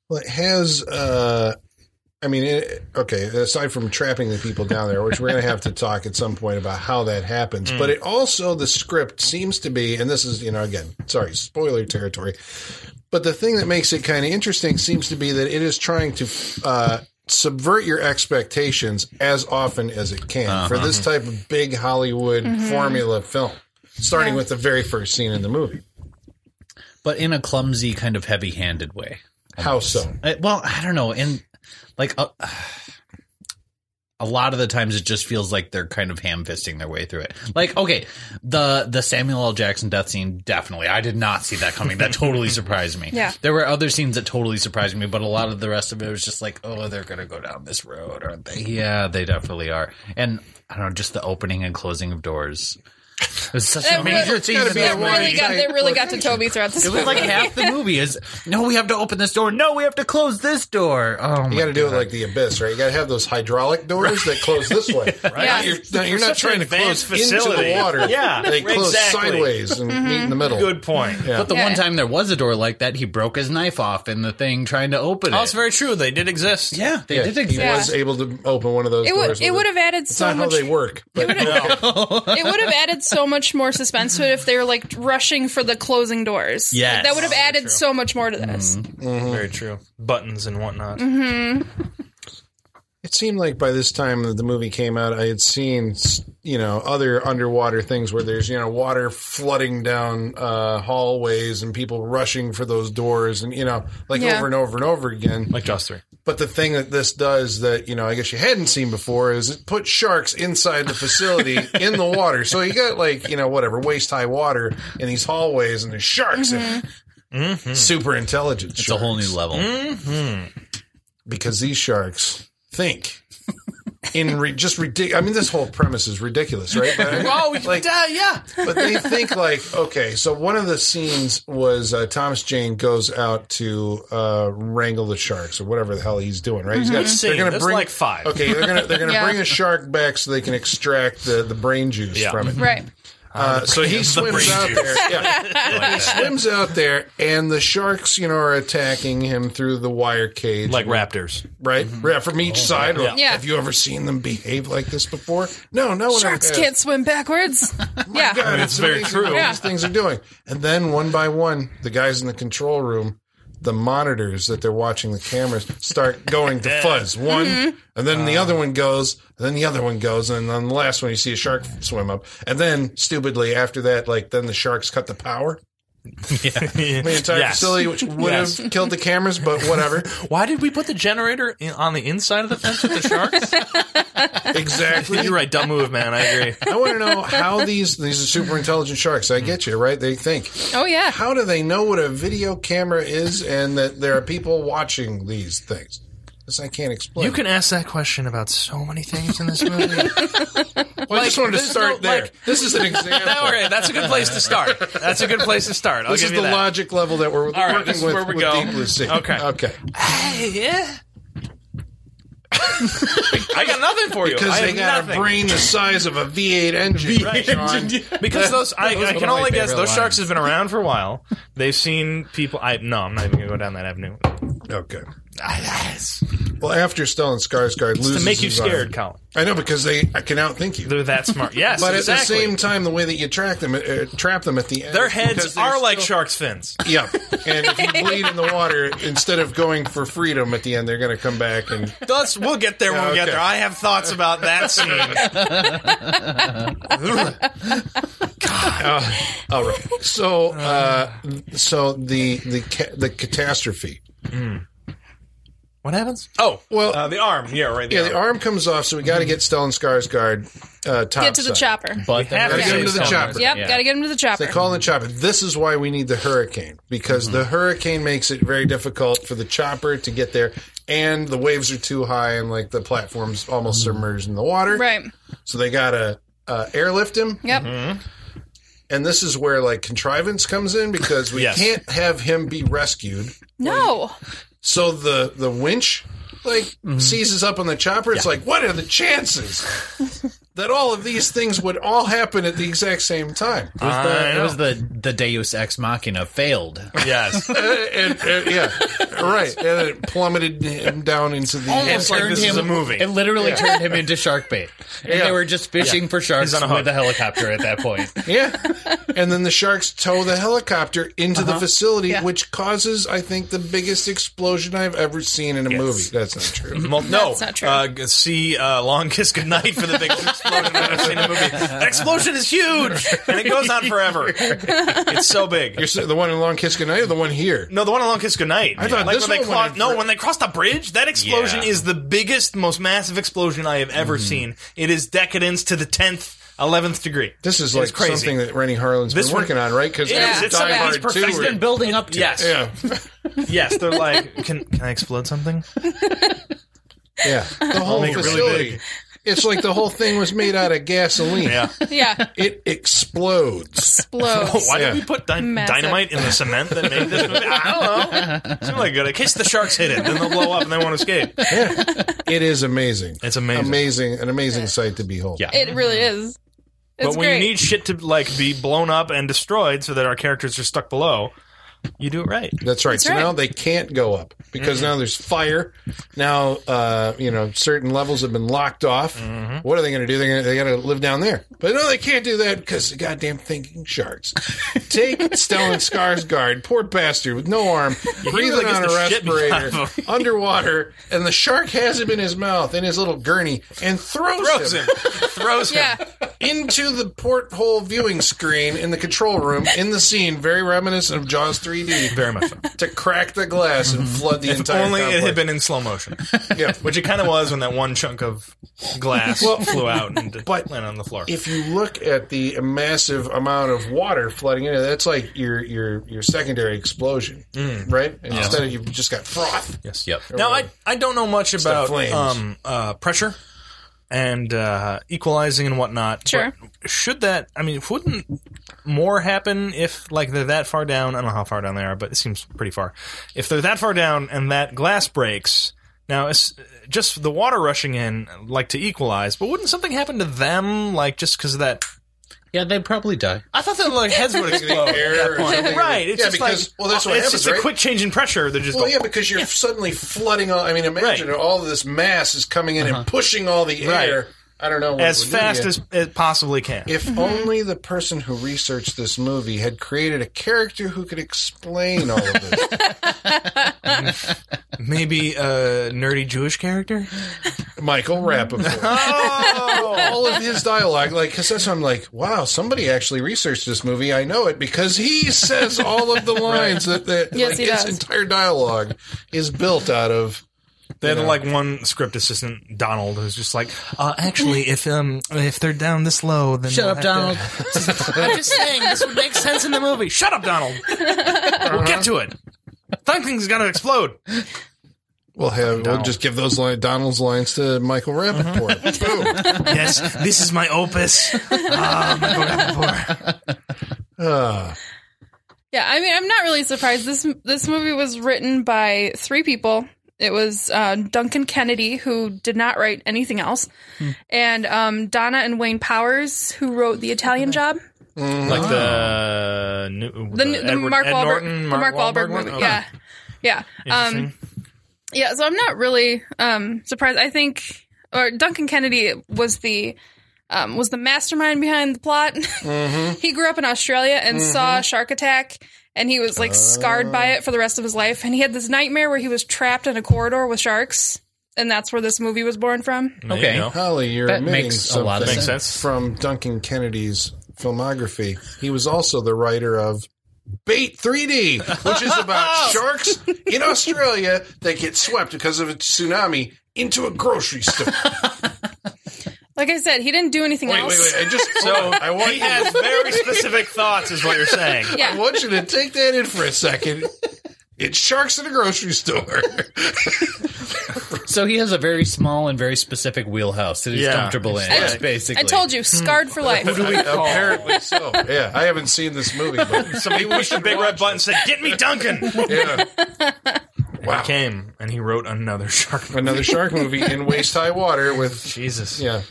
Well, it has. Uh, I mean, it, okay. Aside from trapping the people down there, which we're going to have to talk at some point about how that happens, but it also the script seems to be, and this is you know again, sorry, spoiler territory. But the thing that makes it kind of interesting seems to be that it is trying to uh, subvert your expectations as often as it can for this type of big Hollywood formula film, starting with the very first scene in the movie.
but in a clumsy kind of heavy-handed way.
How so?
I- well, I don't know, and like a, a lot of the times, it just feels like they're kind of ham-fisting their way through it. Like, okay, the the Samuel L. Jackson death scene definitely, I did not see that coming.
(laughs)
That totally surprised me.
Yeah.
there were other scenes that totally surprised me, but a lot of the rest of it was just like, oh, they're gonna go down this road, aren't they? Yeah, they definitely are. And I don't know, just the opening and closing of doors. It was such a
That
major
was-
scene.
gotta
in
be
that
a
It
one
really got it really got to Toby throughout this.
it was like
movie.
half (laughs) the movie is no, we have to open this door. No, we have to close this door. Oh,
You got to do it like the abyss, right? You got to have those hydraulic doors that close this
(laughs)
way. right?
Yeah.
You're, not- you're not
Such an
trying to close
advanced facility.
into the water.
Yeah,
they close
exactly.
sideways and meet in
Mm-hmm.
the middle.
Good point.
but the
Yeah.
one time there was a door like that, he broke his knife off in the thing trying to open it.
That's very true. They did exist.
yeah, they
Yeah,
did
he
exist.
Yeah.
was able to open one of those
It
doors.
would it
with
would have added
It's
so
not
much.
how they work. But
It would have added so much more suspense to it if they were like rushing for the closing doors.
Yes. Mm-hmm.
Like, that
Oh,
would have added so much more to this.
Mm-hmm.
Very true. Buttons and whatnot.
it seemed like by this time that the movie came out, I had seen you know other underwater things where there's you know water flooding down uh, hallways and people rushing for those doors and you know like
Yeah.
over and over and over again.
Like Jaws 3.
But the thing that this does that, you know, I guess you hadn't seen before is it put sharks inside the facility in the water. So you got like, you know, whatever, waist high water in these hallways and there's sharks in it. Super intelligent.
Mm-hmm. It's a Mm. whole new level.
Because these sharks think. in re- just ridiculous. I mean, this whole premise is ridiculous, right? But,
(laughs) Oh,
like,
yeah.
but they think like, okay, so one of the scenes was uh, Thomas Jane goes out to uh, wrangle the sharks or whatever the hell he's doing, right? He's got
Same. That's like five.
Okay, they're gonna they're gonna
(laughs) Yeah.
bring a shark back so they can extract the the brain juice
Yeah.
from it.
Right.
Uh, so he
(laughs) The
swims
brain
out
juice.
there.
(laughs)
Yeah.
(laughs)
swims out there, and the sharks, you know, are attacking him through the wire cage,
like raptors.
right, yeah, from each side.
Yeah.
Yeah.
Have you ever seen them behave like this before? No, no one
Sharks
ever has.
can't
(laughs)
swim backwards. (laughs) yeah.
God,
mean,
it's
it's very
amazing
true.
What
Yeah.
these things are doing, and then one by one, the guys in the control room, the monitors that they're watching the cameras start going
(laughs)
to fuzz. One, and then
Ah.
the other one goes, and then the other one goes, and then the last one you see a shark swim up, and then stupidly after that, like then the sharks cut the power. The entire
Yes.
facility, which would
Yes.
have killed the cameras, but whatever.
(laughs) Why did we put the generator in, on the inside of the fence with the (laughs) sharks?
Exactly.
You're right, dumb move, man. I agree.
I want to know how these these are super intelligent sharks. I get you, right? They think.
Oh yeah.
How do they know what a video camera is and that there are people watching these things? This I can't explain.
You can ask that question about so many things in this movie. (laughs)
Well, I just wanted to
there's
start
no,
there.
like-
this
(laughs)
is an example.
All right, that's a good place to start. That's a good place to start. I'll
This is
give
the
you that.
logic level that we're
right,
working
this is
with,
where we
with
go.
Deep Blue Sea.
Okay.
Okay.
(laughs) Hey, yeah. I got nothing for you.
Because
I
they
have
got
nothing.
a brain the size of a V8 engine. Sean.
Because those, I,
Those
I
are
can
my
only guess
favorite
those
lines.
sharks have been around for a while. They've seen people. I no, I'm not even gonna go down that avenue.
Okay.
It's
Well, after Stellan Skarsgård loses
to make you
his arm-
scared, Colin.
I know because they I can outthink you.
They're that smart. Yes,
but
exactly.
at the same time, the way that you track them, uh, trap them at the end,
their
is because
heads
they're
are like
still-
sharks' fins.
Yeah, and if you bleed in the water, instead of going for freedom at the end, they're going to come back and
Thus, we'll get there when we get
Okay.
there. I have thoughts about (laughs) that scene.
all right. So, uh, so the the ca- the catastrophe.
what happens? Oh,
Well,
uh, the arm. Yeah, right. The
yeah,
arm.
the arm comes off, so we got to get Stellan Skarsgård uh, top.
Get to the chopper.
But
have to
they're gonna
get
save
him to the
someone.
chopper.
Yep.
Yeah.
Got to get him to the chopper.
They call in the chopper. This is why we need the hurricane because the hurricane makes it very difficult for the chopper to get there, and the waves are too high, and like the platform's almost submerged in the water.
right.
So they got to uh, airlift him.
Yep.
Mm-hmm.
and this is where like contrivance comes in because we
Yes.
can't have him be rescued.
No. (laughs)
So the the winch like seizes up on the chopper. It's like, what are the chances that all of these things would all happen at the exact same time?
It was, the,
I
it was the the Deus Ex Machina (laughs) failed.
Yes.
Uh, and, and- yeah, right. And it plummeted him down into the.
Almost like this is a movie.
It literally turned him into shark bait, and
Yeah.
they were just fishing for sharks
He's on a hook.
with a helicopter at that point.
Yeah. And then the sharks tow the helicopter into the facility, which causes, I think, the biggest explosion I've ever seen in a movie. That's not true.
Well, no,
That's not true.
Uh, g- see, uh, long (laughs) kiss goodnight for the biggest explosion I've ever seen in a movie. That explosion is huge, and it goes on forever. It's so big.
You're saying the one in Long Kiss Goodnight or the one here?
no, the one on Long Kiss Goodnight. I
thought
like
this
when they
one went
clo-
in
no,
for-
when they cross the bridge, that explosion
Yeah.
is the biggest, most massive explosion I have ever
Mm-hmm.
seen. It is decadence to the tenth, eleventh degree.
This is
It
like
crazy.
something that Rennie Harlan's
This
been
one-
working on, right? Because
It
Yeah.
is. It's
Die
something he's
Hard 2
perfected.
or-
building up to
Yes,
yeah,
yes.
(laughs)
They're like, can can I explode something?
yeah. The whole
(laughs) make it really
facility.
big.
it's like the whole thing was made out of gasoline.
Yeah.
It explodes.
(laughs)
Explodes.
Why
Yeah.
did we put dyn-
Massive.
dynamite in the cement that made this movie? I don't know. It's really good. In case the sharks hit it, then they'll blow up and they won't escape.
Yeah. It is amazing.
It's amazing.
Amazing. An amazing sight to behold.
Yeah.
It really is. It's
but when
great.
you need shit to like be blown up and destroyed so that our characters are stuck below, you do it right.
That's right. so
right.
now they can't go up because
Mm-hmm.
now there's fire. Now, uh, you know, certain levels have been locked off.
Mm-hmm.
What are they going to do? They're gonna, they got to live down there. But no, they can't do that because the goddamn thinking
(laughs)
sharks. Take Stellan Skarsgård, poor bastard with no
(laughs)
arm, breathing
really gets
on a
the shit beat out
respirator,
of him.
underwater, and the shark has him in his mouth in his little gurney and throws,
Throws
him,
him. Throws him.
Yeah.
into the porthole viewing screen in the control room in the scene, very reminiscent of Jaws 3D
Very much so. Mm-hmm.
to crack the glass and flood the
If
entire.
only it had
complex.
been in slow motion,
Yeah.
which it kind of was when that one chunk of glass flew out and
but-
landed on the floor.
If you look at the massive amount of water flooding in, that's like your your your secondary explosion, right? And Instead, of, you've just got froth.
Mm. yes.
Yep.
Now I I don't know much about
flames.
um, uh, pressure and uh, equalizing and whatnot.
Sure.
But should that? I mean, wouldn't more happen if like they're that far down? I don't know how far down they are, but it seems pretty far. If they're that far down and that glass breaks. Now, it's just the water rushing in, like to equalize, but wouldn't something happen to them, like just because of that?
Yeah, they'd probably die.
I thought that like heads would explode.
Air or something.
(laughs) right? It's
yeah,
just
because
like uh,
well, that's what
it's
happens,
just
right?
a quick change in pressure. They're just
well,
like,
yeah, because you're suddenly flooding. All, I mean, imagine
Right. Uh-huh.
all this mass is coming in and pushing all the
Right.
air. I don't know what
as
it would do to
fast
you.
as it possibly can.
If only the person who researched this movie had created a character who could explain all of this. (laughs)
Maybe a nerdy Jewish character.
Michael (laughs) Rappaport. all of his dialogue, like, because that's what I'm like, wow, somebody actually researched this movie. I know it because he says all (laughs) of the lines that, that
Yes,
like,
he
his
does.
entire dialogue is built out of.
Then,
Yeah.
like one script assistant, Donald, who's just like, uh, actually, if um, if they're down this low, then
Shut
we'll
up,
have
Donald.
To- (laughs) I'm just saying this would make sense in the movie. Shut up, Donald. We'll get to it. Something's gonna explode.
We'll have we'll just give those line, Donald's lines to Michael Rappaport. (laughs) Boom.
Yes, this is my opus. Ah, my God.
Ah.
Yeah, I mean, I'm not really surprised. This this movie was written by three people. It was uh, Duncan Kennedy, who did not write anything else,
Hmm.
and um, Donna and Wayne Powers, who wrote The Italian Job,
like the new,
the, the,
Edward-
Mark
Ed
Wahlberg,
Norton,
the
Mark, Wahlberg, one? Uh-huh.
movie.
Okay.
Yeah, yeah. Um,
Interesting.
Yeah, so I'm not really um, surprised. I think, or Duncan Kennedy was the um, was the mastermind behind the plot.
Mm-hmm.
(laughs) he grew up in Australia and saw Shark Attack, and he was like scarred
Oh.
by it for the rest of his life. And he had this nightmare where he was trapped in a corridor with sharks, and that's where this movie was born from.
There you
okay.
go.
Holly, you're
That
admitting
makes a
something
lot of
Makes sense.
from Duncan Kennedy's filmography. He was also the writer of Bait 3D, which is
(laughs)
about sharks in Australia that get swept because of a tsunami into a grocery
(laughs)
store. Wait,
Like I said, he didn't do anything
wait,
else.
wait! I just
So
I want
he
you,
has very specific thoughts, is what you're
(laughs)
saying.
I
Yeah,
want you to take that in for a second. It's sharks in a grocery store.
So he has a very small and very specific wheelhouse that he's
Yeah.
comfortable in.
I- I
basically,
told you, scarred for
(laughs)
life.
Apparently so. Yeah, I haven't seen this movie, but
(laughs) Somebody pushed the big red button and said, Get me Duncan!
yeah. Wow.
Came and he wrote another (laughs) shark.
Another shark movie in waist high water with
Jesus.
Yeah.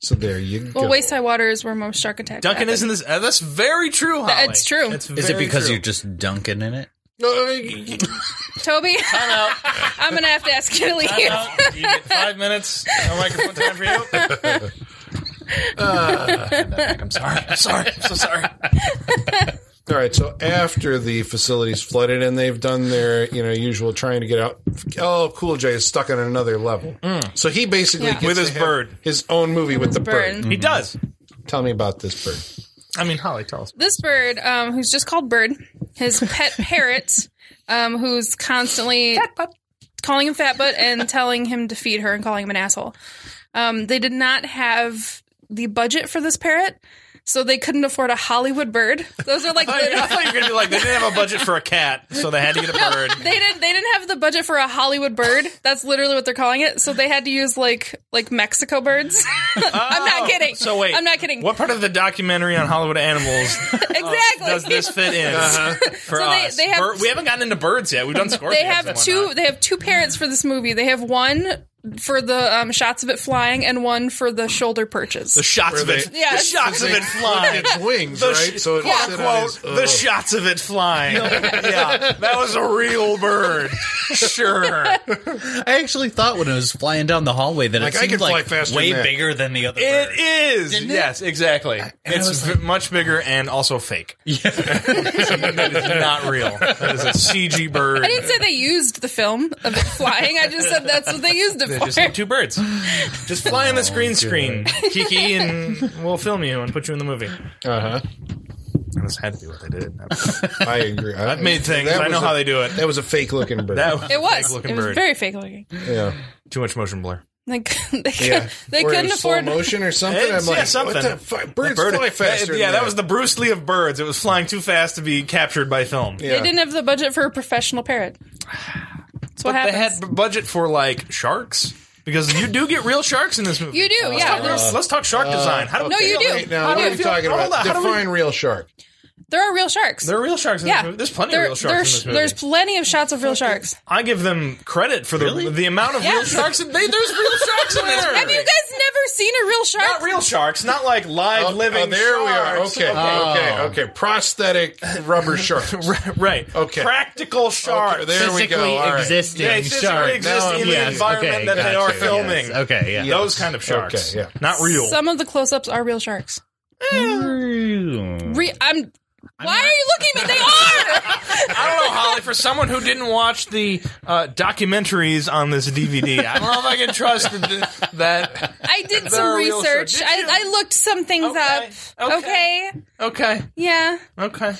So there you go.
Well, waist high water is where most shark attacks.
Duncan
happen.
isn't this. uh, that's very true, Holly.
It's true.
That's
Is it
very
because
true.
you're just dunking in it?
Toby. (laughs) I'm gonna have to ask you to leave.
Oh, (laughs) you get five minutes. No microphone time for you.
(laughs)
Uh, I'm sorry. I'm sorry. I'm so sorry.
All right. So after the facility's flooded and they've done their you know usual trying to get out, oh, Cool J is stuck on another level. So he basically
Yeah.
gets
Mm. With
to
his
have
bird.
his own movie with the bird.
Burn.
He does.
Tell me about this bird.
I mean, Holly, tell us.
this bird, um, who's just called Bird, his
(laughs)
pet parrot, um, who's constantly calling him fat butt and telling him to feed her and calling him an asshole. Um, they did not have the budget for this parrot, so they couldn't afford a Hollywood bird. Those are
(laughs)
like
I, I
the,
thought you were going to be like, they didn't have a budget for a cat, so they had to get a bird.
(laughs) they didn't they didn't have the budget for a Hollywood bird. That's literally what they're calling it. So they had to use like like Mexico birds. (laughs) I'm not kidding.
Oh. So wait.
I'm not kidding.
What part of the documentary on Hollywood animals
(laughs) exactly.
does this fit in
Uh-huh.
for
So they-
us?
they have-
Bir- we haven't gotten into birds yet. We've done scorpions.
(laughs) they
and
have two
whatnot.
they have two parents for this movie they have one for the um, shots of it flying and one for the shoulder perches
The shots of it.
they-
Yeah.
The shots of it flying. (laughs)
Its wings,
The
right?
sh-
So it uh,
quote,
sit on
unquote,
his-
the
Ugh.
shots of it
(laughs)
flying. yeah, that was a real bird. Sure.
(laughs)
I actually thought when it was flying down the hallway that
Like, I
it seemed
can fly
like
faster
way
than that.
bigger than the other. bird.
It is. Yes, exactly. it's
was
v- much bigger and
(laughs)
also fake. Yeah. that is not real. That is a CG bird.
i didn't say they used the film of it flying i just said that's what they used it
They
for
just had two birds. Just fly on
Oh,
this green screen, Kiki, and we'll film you and put you in the movie.
Uh-huh.
This had to be what
(laughs)
they did.
I agree. I,
I've made things.
that
I
was
know
a-
how they do it.
That was a fake looking bird.
That was
it
a
was
fake-looking
it was
bird.
very fake looking
(laughs)
yeah.
Too much motion blur.
like (laughs) they, could,
Yeah.
they
Or it
couldn't
was slow
afford
motion or something.
It's-
I'm like,
yeah, something.
what the fuck? Birds
Bird-
fly faster.
yeah,
than
that was the Bruce Lee of birds. It was flying too fast to be captured by film.
they didn't have the budget for a professional parrot that's what
They
happens
had b- budget for like sharks because you do get real sharks in this movie.
You do,
Let's
yeah.
Talk real- let's talk shark design. How do
No,
we
you
feel?
do.
Like,
Now,
how do
what
we
are we
feel-
talking about?
hold on, how do we-
Define real shark.
There are real sharks.
There are real sharks in
yeah,
this movie. There's plenty
There-
of real sharks in
there's,
this movie.
There's plenty of shots of real sharks.
I give them credit for the the amount of
Yeah.
real sharks. In, they, there's
(laughs)
real sharks in this movie.
Have you guys never seen a real shark?
not real sharks, not like live
Oh,
living.
oh, there
sharks.
we are. Okay,
Oh.
okay, okay. Prosthetic
(laughs)
rubber sharks.
(laughs) right.
Okay.
practical sharks.
Okay, there we
Physically
go. All right.
existing
Yeah, it's just
shark. Oh,
really exist
Now
in
I'm-
the environment
okay,
that they
gotcha,
are
yes.
filming.
Okay, yeah.
Those kind of sharks.
Okay, yeah.
Not real.
Some of the close-ups are real sharks. Re- I'm. Why are you looking? But they are.
I don't know, Holly. For someone who didn't watch the uh, documentaries on this DVD, I don't know if I can trust th- that.
I
(laughs)
did
There
some
are real sharks.
research.
Did
I,
you?
I looked some things
Okay,
up.
okay.
Okay.
Okay,
Yeah.
okay.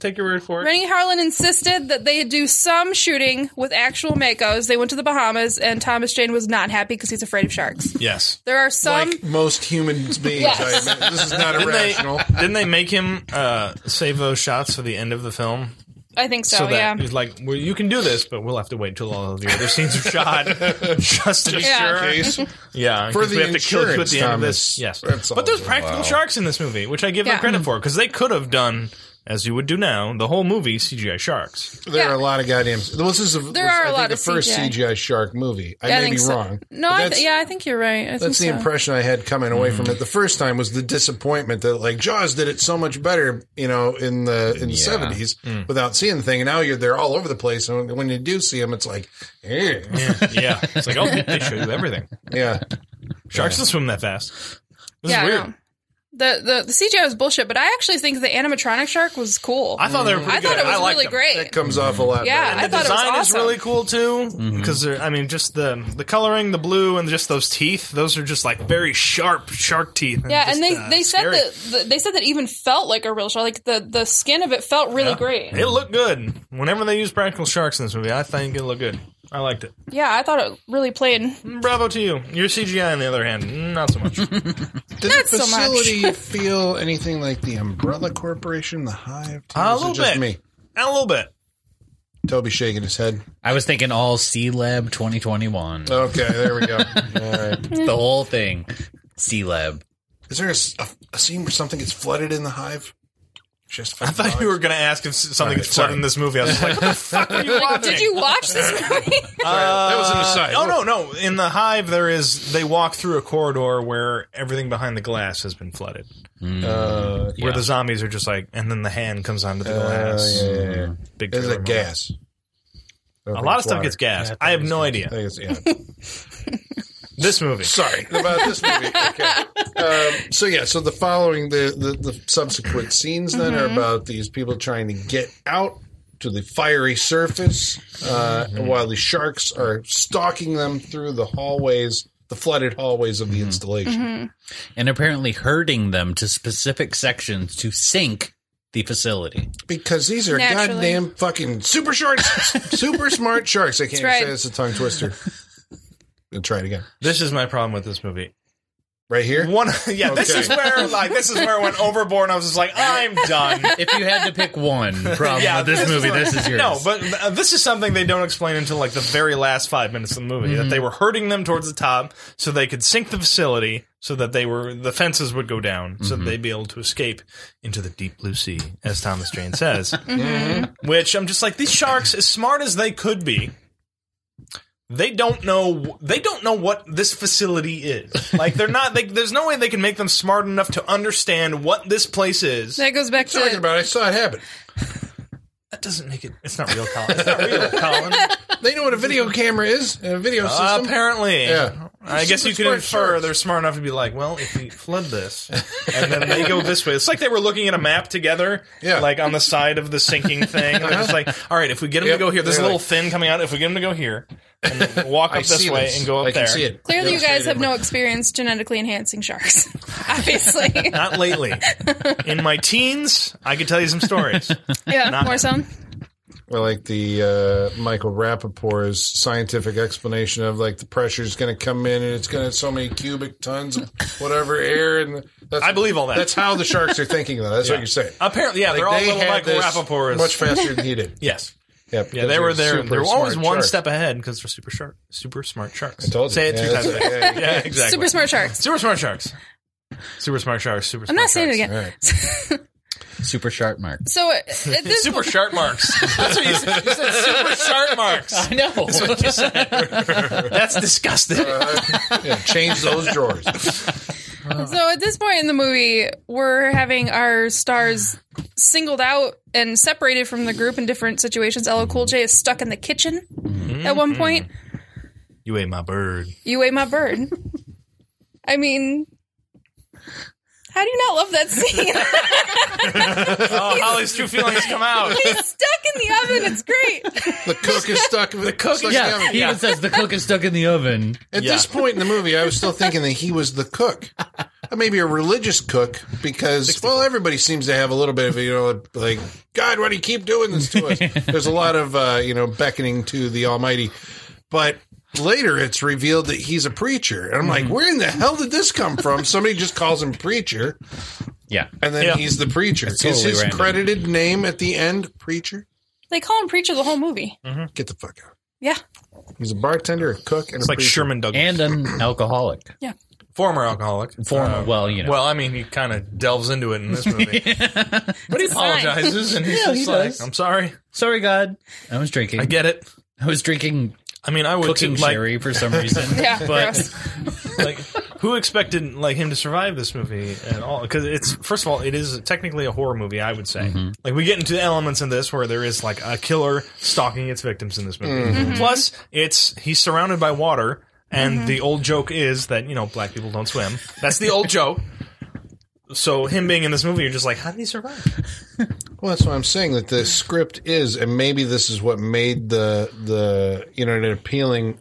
Take your word for it.
Rennie Harlan insisted that they do some shooting with actual Makos. They went to the Bahamas, and Thomas Jane was not happy because he's afraid of sharks.
Yes.
There are
(laughs)
some.
Like most human beings,
Um, Yes.
I admit. This is
(laughs)
not
Didn't they,
irrational.
didn't they make him uh, save those shots for the end of the film?
I think so.
So that
yeah.
he's like, well, you can do this, but we'll have to wait until all of the other scenes are shot just to be
Yeah.
sure.
(laughs)
Case.
Yeah,
For
'cause
the
we have to kill you at
insurance,
the end of this.
Thomas.
Yes,
That's
but there's
awesome.
practical
Wow.
sharks in this movie, which I give them
Yeah.
credit for because they could have done, as you would do now, the whole movie CGI
(laughs)
sharks.
There
Yeah.
are a lot of goddamn. Well, this is a, there
are
I
a
think
lot
the
of
first
CGI.
CGI shark movie. I
Yeah, I
may
think
be
so.
wrong.
No,
but
I
that's-
th- yeah, I think you're right. I think
That's the
so.
impression I had coming away from it the first time was the disappointment that like Jaws did it so much better, you know, in the in the seventies without seeing the thing, and now you're there all over the place, and when you do see them, it's like, eh.
yeah, it's like oh, they show
(laughs)
you everything.
yeah,
Sharks don't swim that fast. This
yeah,
is
I
weird.
know. The, the the CGI was bullshit, but I actually think the animatronic shark was cool.
I thought they were
Mm-hmm. I
pretty
thought
good.
it was
liked
really
them.
great.
it comes off a lot.
Yeah,
better.
I thought it was
Design is
awesome.
really cool too
Mm-hmm.
because I mean, just the the coloring, the blue, and just those teeth. Those are just like very sharp shark teeth.
Yeah,
just,
and they,
uh,
they said
scary.
that that they said that even felt like a real shark. Like the, the skin of it felt really great.
it looked good. Whenever they use practical sharks in this movie, I think it looked good. I liked it.
Yeah, I thought it really played.
Bravo to you. Your CGI, on the other hand, not so
(laughs)
much.
Did the
Not so much.
facility
(laughs)
feel anything like the Umbrella Corporation, the Hive?
A
Or is it
little
just
bit.
Me,
a little bit.
Toby shaking his head.
I was thinking all C Lab 2021.
Uh.
Okay, there (laughs) we go. all right.
the whole thing. C Lab.
Is there a s- a, a scene where something gets flooded in the hive? Just
I thought you were going to ask if s- something gets flooded
sorry.
in this movie. I was just like, what the fuck are you watching?
Did you watch
(laughs)
this movie?
that was an aside. Uh,
Oh no, no! In the hive, there is they walk through a corridor where everything behind the glass has been flooded.
Uh,
Where the zombies are just like, and then the hand comes onto the glass.
yeah, yeah, yeah.
Big
There's
trailer
a
moment.
gas.
A lot of stuff gets gassed. I have no idea. This movie.
Sorry (laughs) about this movie. Okay. Um, so yeah, so the following the the, the subsequent scenes then
Mm-hmm.
are about these people trying to get out to the fiery surface uh,
Mm-hmm.
while the sharks are stalking them through the hallways, the flooded hallways of the
Mm-hmm.
installation.
Mm-hmm.
And apparently herding them to specific sections to sink the facility.
Because these are
Naturally.
goddamn fucking super sharks, super smart sharks. I can't even
That's
say
right.
it's a tongue twister. I'll try it again.
This is my problem with this movie.
Right here.
One, (laughs) yeah, this
Okay.
is where like this is where it went overboard. and I was just like, I'm done.
If you had to pick one
(laughs)
problem with this,
is
movie,
right.
this is yours.
No, but uh, this is something they don't explain until like the very last five minutes of the movie
Mm-hmm.
that they were herding them towards the top so they could sink the facility so that they were the fences would go down so
Mm-hmm.
that they'd be able to escape into the deep blue sea, as Thomas Jane says. Which I'm just like these sharks, as smart as they could be. They don't know. They don't know what this facility is. Like they're not. They, there's no way they can make them smart enough to understand what this place is.
that goes back
talking
to
about. I saw it happen.
That doesn't make it. It's not real, Colin. It's
(laughs)
not real, Colin.
They know what a video camera is and a video
Uh,
system.
apparently,
Yeah.
I guess
Super
you can
smart
infer
sharks.
they're smart enough to be like, well, if we flood
(laughs)
this, and then they go this way. It's like they were looking at a map together,
Yeah.
like on the side of the
(laughs)
sinking thing. And they're just like, all right, if we get them
Yep.
to go here, there's a
They're
little
like-
fin coming out. If we get them to go here, and then walk up
(laughs) I
this
see
way
this.
and go up
I
there.
Can see it.
clearly you guys have
Illustrated.
no experience genetically enhancing sharks. (laughs)
(laughs)
Obviously,
(laughs)
Not lately. In my teens, I could tell you some stories.
yeah,
Not-
more so.
Or like the uh, Michael Rappaport's scientific explanation of like the pressure is going to come in and it's going to so many cubic tons of whatever air and that's,
I believe all that.
That's how the sharks are thinking though. That's what you're saying.
Apparently, yeah, they're all
They
little
had
Michael
this
Rappaport's.
much faster than he did.
yes.
Yep.
(laughs) Yeah,
Those
they
are
were there.
super
They were always
smart
one
sharks.
step ahead because they're super sharp, super smart sharks.
I told you.
Say it
Yeah,
two times. (laughs)
that's-
fast.
yeah,
yeah, exactly.
Super smart sharks.
Super smart sharks. Super smart sharks. Super.
I'm
smart
not saying it
sharks.
All
again.
right.
(laughs)
Super sharp mark.
So
(laughs)
at this
Super sharp
(laughs)
marks. That's what you said. You said super sharp marks.
I know.
That's disgusting.
Yeah, change those drawers.
So at this point in the movie, we're having our stars singled out and separated from the group in different situations. LL Cool J is stuck in the kitchen at
Mm-hmm.
one point.
you ate my bird.
You ate my bird. I mean, how do you not love that scene? (laughs)
Oh, Holly's true feelings come
(laughs)
out.
He's stuck in the oven. It's great.
The cook is stuck. The cook is
yeah, he even says the cook is stuck in the oven.
At
Yeah.
this point in the movie, I was still thinking that he was the cook, Uh, maybe a religious cook, because well, everybody seems to have a little bit of you know, like God, why do you keep doing this
(laughs)
to us? There's a lot of uh, you know beckoning to the Almighty, but later it's revealed that he's a preacher, and I'm like,
Mm-hmm.
where in the hell did this come from? Somebody just calls him preacher,
Yeah.
and then
Yeah.
he's the preacher. is
totally
his
random.
credited name at the end preacher?
They call him preacher the whole movie.
Get the fuck out.
Yeah.
He's a bartender, a cook, and
It's
a
like
preacher.
Sherman Douglas,
(laughs) And an alcoholic.
former alcoholic.
Form,
Uh,
well, you know.
Well, I mean, he kind of delves into it in this
(laughs)
movie, but he
It's a sign.
apologizes and he's
Yeah,
just
he
like,
does.
"I'm sorry,
sorry, God. I was drinking.
I
I,
get it."
was drinking
I mean, I would
cooking
too, like,
sherry for some reason.
(laughs)
(laughs)
Yeah,
But
gross.
like who expected like him to survive this movie at all because it's first of all it is technically a horror movie i would say like we get into the elements in this where there is like a killer stalking its victims in this movie plus it's he's surrounded by water and the old joke is that you know black people don't swim that's the old joke so him being in this movie you're just like how did he survive
Well, that's what I'm saying. That the script is, and maybe this is what made the the you know an appealing,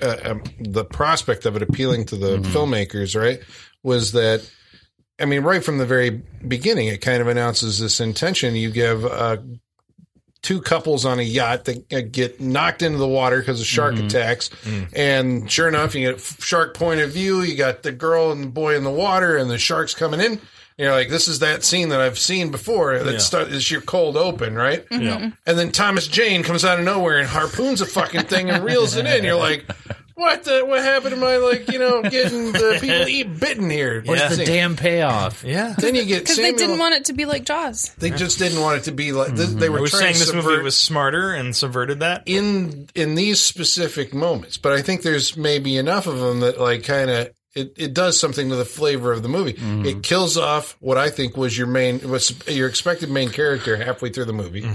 uh, um, the prospect of it appealing to the filmmakers, right? Was that, I mean, right from the very beginning, it kind of announces this intention. You give uh, two couples on a yacht that uh, get knocked into the water because of shark
Mm-hmm.
attacks,
Mm.
and sure enough, you get shark point of view. You got the girl and the boy in the water, and the sharks coming in. You're like, this is that scene that I've seen before. That start is your cold open, right?
Yeah.
And then Thomas Jane comes out of nowhere and harpoons a fucking thing and reels it in. You're like, what the? What happened to my like? You know, getting the
(laughs)
people eat bitten here. What's
Yeah.
the
the
scene?
damn payoff.
yeah
Then you
(laughs)
get
Because
Samuel.
they didn't want it to be like Jaws.
they just didn't want it to be like. This, they were
Mm-hmm. I was
trying
saying
to
this movie
subvert-
was smarter and subverted that
in in these specific moments but i think there's maybe enough of them that like kind of it, it does something to the flavor of the movie it kills off what i think was your main was your expected main character halfway through the movie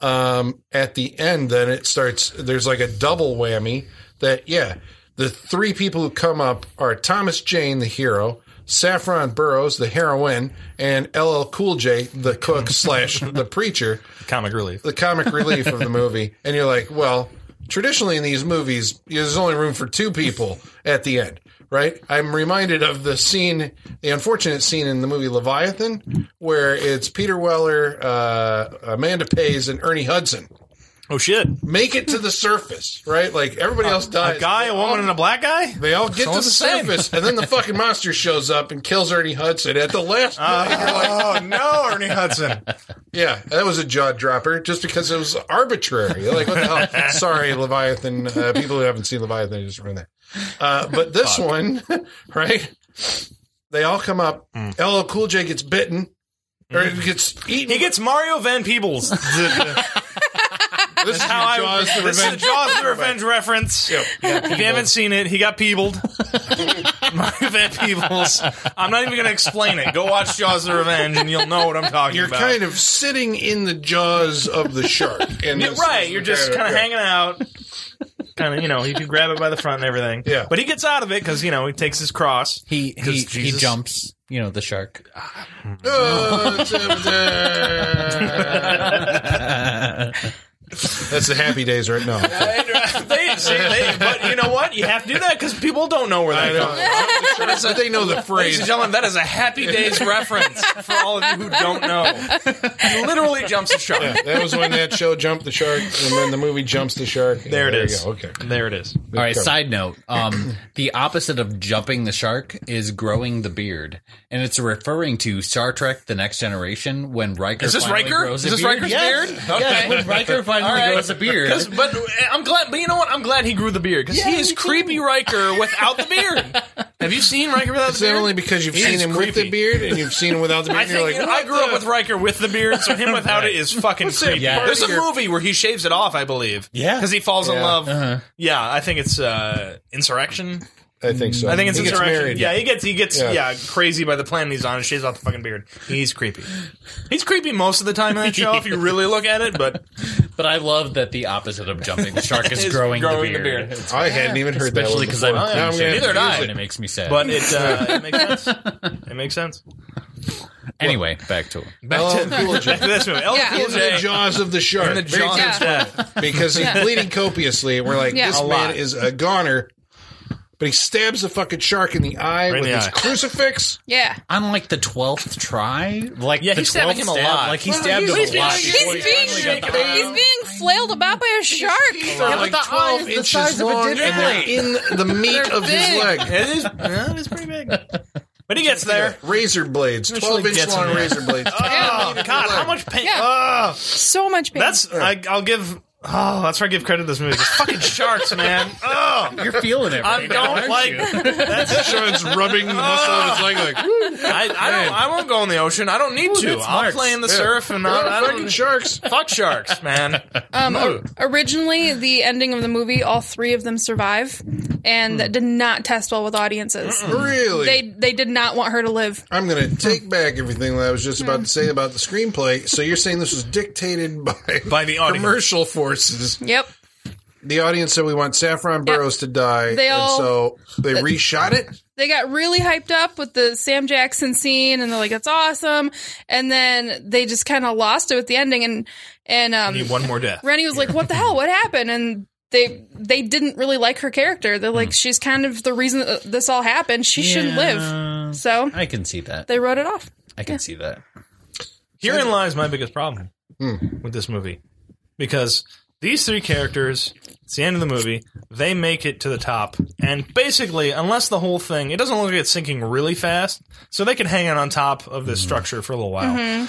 um at the end then it starts there's like a double whammy that yeah the three people who come up are thomas jane the hero Saffron Burrows, the heroine, and LL Cool J, the cook slash the preacher
comic relief
the comic relief of the movie, and you're like, well, traditionally in these movies, there's only room for two people at the end, right? I'm reminded of the scene, the unfortunate scene in the movie Leviathan, where it's Peter Weller, uh, Amanda Pays, and Ernie Hudson
oh shit
make it to the surface, right? Like everybody else dies.
a guy a woman and a black guy
They all get to the
almost the same.
surface, and then the fucking monster shows up and kills Ernie Hudson at the last. minute. You're like,
oh no ernie hudson
Yeah, that was a jaw dropper just because it was arbitrary. Like, what the
(laughs)
hell? Sorry, Leviathan. Uh, people who haven't seen Leviathan just ruined that. Uh, but this one, (laughs) right? They all come up.
Hmm.
LL Cool J gets bitten or gets eaten.
He gets Mario Van Peebles.
this is
(laughs) How
your
I
Jaws the
this is a
Revenge.
Jaws the Revenge reference. If you haven't seen it, he
(laughs)
got peebled. Mario Van Peebles. I'm not even going to explain it. Go watch Jaws the Revenge, and you'll know what I'm talking
You're
about.
kind of sitting in the jaws of the
(laughs)
shark. And
Yeah,
this
right.
is
You're just kind of hanging out. Kind of, you know, you can grab it by the front and everything.
Yeah.
But he gets out of it because you know he takes his cross.
He he,
'Cause
he
Jesus-
jumps. You know the shark.
Oh, it's over there. That's the happy days right now.
they, see, they, but you know what? You have to do that because people don't know where
I
that
know.
comes.
I'm sure- but they know uh, the
Ladies
phrase.
and gentlemen, that is a Happy Days reference for all of you who don't know. He literally jumps the shark.
That was when that show jumped the shark, and then the movie jumps the shark. and
There it
you
is.
go. Okay.
There it is.
All right. Side note: um, (clears throat) the opposite of jumping the shark is growing the beard, and it's referring to Star Trek: The Next Generation when Riker
Is this
finally
Riker?
grows
Is
a
this
beard.
Riker's
Yes.
beard?
Yes,
Okay.
when
(laughs)
Riker finally
All right.
grows a beard.
'Cause- But uh, I'm glad. But you know what? I'm glad he grew the beard because he is creepy Riker without the beard. Have you seen Riker without
Is
the
that
beard?
only because you've
He
seen
is
him with
creepy.
the beard and you've seen him without (laughs) the beard?
I
and you're
think
like,
I grew up
the-
with Riker with the beard, so
(laughs)
him without it is fucking creepy.
part
There's
of
a
your-
movie where he shaves it off, I believe.
Yeah.
because he falls in
Yeah. uh-huh.
love. Yeah, I think it's uh, Insurrection.
I think so.
I think it's
He gets
Insurrection.
married.
yeah, he gets he gets
Yeah.
yeah. crazy by the plan he's on. and shaves off the fucking beard. He's creepy. He's creepy most of the time in that show if you really look at it.
(laughs)
But
But I love that the opposite of jumping the shark is,
Is
growing,
growing
the
the
beard.
beard.
I hadn't even heard
Especially
that.
because I'm
now I'm
neither
gonna,
did I.
and it makes me sad.
but it uh, it makes sense. It makes sense.
anyway, back to it.
Back (laughs) to
Cool J.
back to this movie. LL
Yeah.
Cool
in the
J.
jaws of the shark.
In the
Very
jaws.
Yeah.
Yeah.
because he's bleeding copiously, and we're like,
Yeah.
this
A
man is a goner. But he stabs the fucking shark in the eye
in
with
the
his
eye.
crucifix.
Yeah.
Unlike the twelfth try, like
Yeah,
the
he's stabbing
12th
him a
stab,
lot.
Like he
Well,
stabbed
he's
him a lot.
being-
He's
Boy,
being,
finally got the
he's
eye.
being flailed about by a
They're
shark.
Yeah,
like
but the eye is
12
the size
inches
of a
long, and
dinner
they're
plate.
in the meat of his
big.
leg.
It is. Yeah, it is pretty big. But he gets there.
Razor blades,
Eventually
12 inch
gets him
long
there.
razor blades.
Oh God! How much pain? Oh.
Yeah. So much pain.
That's I, I'll give. Oh, that's where I give credit to this movie. It's fucking sharks, (laughs) man. Oh,
You're feeling it.
I
right now,
don't
aren't you?
like. That's
(laughs) Sean's rubbing the muscle of his leg (laughs) like, "Woo,
I, I don't. I won't go in the ocean. I don't need to.
that's
I'll
Mark's.
play in the surf and I'll, I
fucking
don't.
sharks.
Fuck sharks, man.
Um, o- originally, the ending of the movie, all three of them survive, and that did not test well with audiences.
Really?
They they did not want her to live.
I'm going to take back everything that I was just about to say about the screenplay. So you're saying this was dictated by,
By the audience.
commercial forces.
Yep.
The audience said we want Saffron Burrows to die.
They
and
all-
so they reshot it.
They got really hyped up with the Sam Jackson scene, and they're like, "That's awesome," and then they just kind of lost it with the ending, and and um,
Need one more death.
Rennie was like, "What the hell? What happened?" And they they didn't really like her character. They're like, "She's kind of the reason that this all happened. She shouldn't live."
Yeah,
So
I can see that.
they wrote it off.
I can see that.
Herein lies my biggest problem with this movie. Because these three characters, it's the end of the movie, they make it to the top. And basically, unless the whole thing, it doesn't look like it's sinking really fast, so they can hang out on top of this structure for a little while.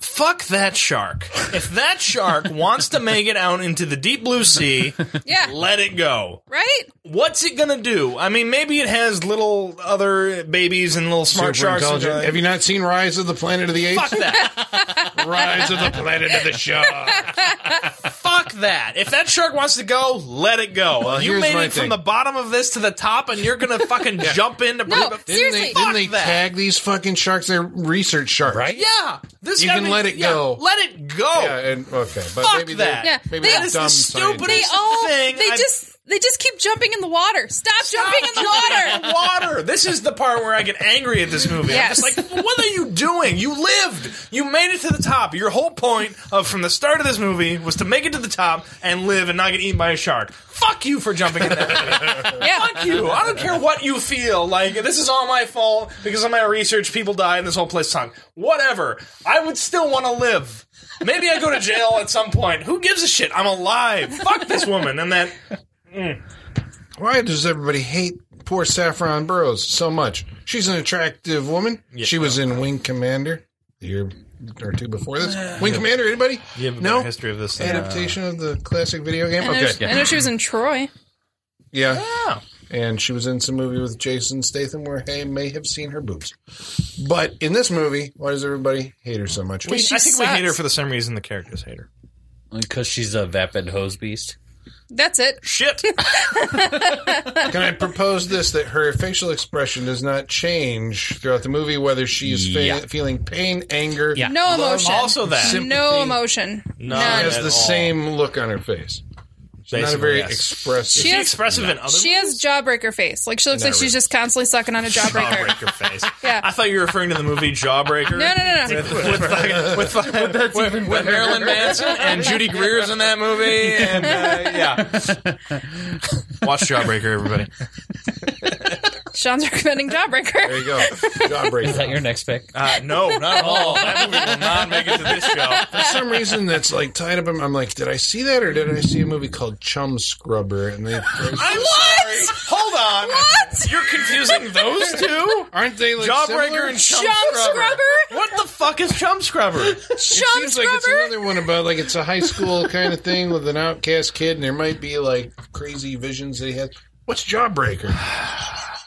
Fuck that shark. If that shark wants to make it out into the deep blue sea, (laughs)
Yeah.
let it go.
Right?
What's it gonna do? I mean, maybe it has little other babies and little smart
Super
sharks. and-
intelligent. Have you not seen Rise of the Planet of the Apes?
Fuck that.
Rise of the Planet of the Shark.
Fuck that. If that shark wants to go, let it go. you
here's
made
my
it
thing.
from the bottom of this to the top, and you're going
(laughs)
to fucking jump in to
No,
but-
Didn't
Seriously.
they, didn't they
Fuck that.
tag these fucking sharks? They're research sharks,
Right?
Yeah. This
You
I
can let it
yeah,
go.
Let it go.
Yeah, and okay, but
Fuck
maybe
that.
They're,
Yeah.
maybe
That
they're
is
the
dumb
stupidest
scientists.
They all
thing
they
I-
just they just keep jumping in the water. Stop, jumping in the water.
The water. This is the part where I get angry at this movie.
Yes.
I'm just like, what are you doing? You lived. You made it to the top. Your whole point of from the start of this movie was to make it to the top and live and not get eaten by a shark. Fuck you for jumping in that. Fuck
Yeah.
you. I don't care what you feel. Like this is all my fault because of my research. People die and this whole place sunk. Whatever. I would still want to live. Maybe I go to jail at some point. Who gives a shit? I'm alive. Fuck this woman and (laughs) that.
Why does everybody hate poor Saffron Burrows so much? She's an attractive woman. she was in Wing Commander the year or two before this.
(sighs)
Wing Commander, anybody? no
history of uh, this.
adaptation of the classic video game.
I know,
Okay,
she, I know she was in Troy.
yeah.
Oh.
and she was in some movie with Jason Statham where I may have seen her boobs. But in this movie, why does everybody hate her so much?
We-
She
I think we
sucks.
hate her for the same reason the characters hate her.
Because she's a vapid hose beast.
That's it.
(laughs) Shit.
Can I propose this that her facial expression does not change throughout the movie, whether she is fe-
Yeah.
feeling pain, anger,
Yeah.
No
love,
emotion.
also that.
Sympathy.
No emotion.
No.
None.
has
At
the
all.
same look on her face.
She's not a
Basically,
very
yes.
expressive.
She
She's
has-
expressive in other
She has jawbreaker face. Like she looks like she's just constantly sucking on a jawbreaker.
jawbreaker face.
Yeah.
I thought you were referring to the movie Jawbreaker.
No, no, no, no.
With, with, fucking- with, fucking- with, with Marilyn Manson and Judy Greer's in that movie, and uh, yeah, watch Jawbreaker, everybody.
Sean's recommending jawbreaker.
There you go. Jawbreaker.
Is that your next pick?
Uh, no, not at all. That movie will not make it to (laughs) this show.
For some reason, that's like tied up. In, I'm like, did I see that or did I see a movie called Chum Scrubber? And they
What?
Hold on,
(laughs) What?
you're confusing those two.
aren't they like
Jawbreaker
similar?
and
Chum
chum,
scrubber?
What the fuck is chum scrubber?
Sean
Seems like it's
Scrubber?
another one about like it's a high school kind of thing with an outcast kid, and there might be like crazy visions that he has. What's Jawbreaker?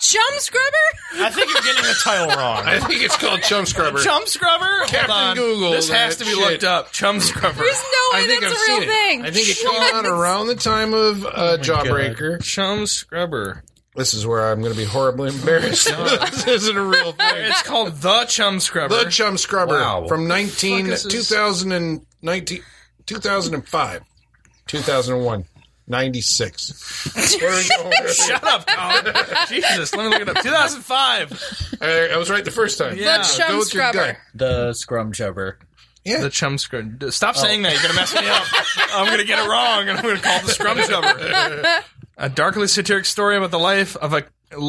Chum Scrubber?
I think you're getting the title wrong.
I think it's called Chum Scrubber.
Chum scrubber?
Captain
Hold on.
Google,
This
that
has to be
shit.
looked up. Chum scrubber.
There's no way
I think
that's
I've
a
seen
real
it.
thing.
I think it came out around the time of uh, Jawbreaker.
Chum Scrubber.
This is where I'm going to be horribly embarrassed. (laughs) this isn't a real thing.
It's called The Chum Scrubber.
The Chum Scrubber
Wow.
from 19,
Fuck, this is-
2019, 2005, 2001, 96. We're going-
Shut
(laughs)
up, Colin. Jesus, let me look it up. 2005.
I I was right the first time.
Yeah.
Chum
Go with your
Scrubber.
gut.
The Scrum Chubber.
The Chum Scrubber. Stop
Saying that, you're going to mess me up. I'm going to get it wrong, and I'm going to call it the scrum jumper.
A darkly satiric story about the life of a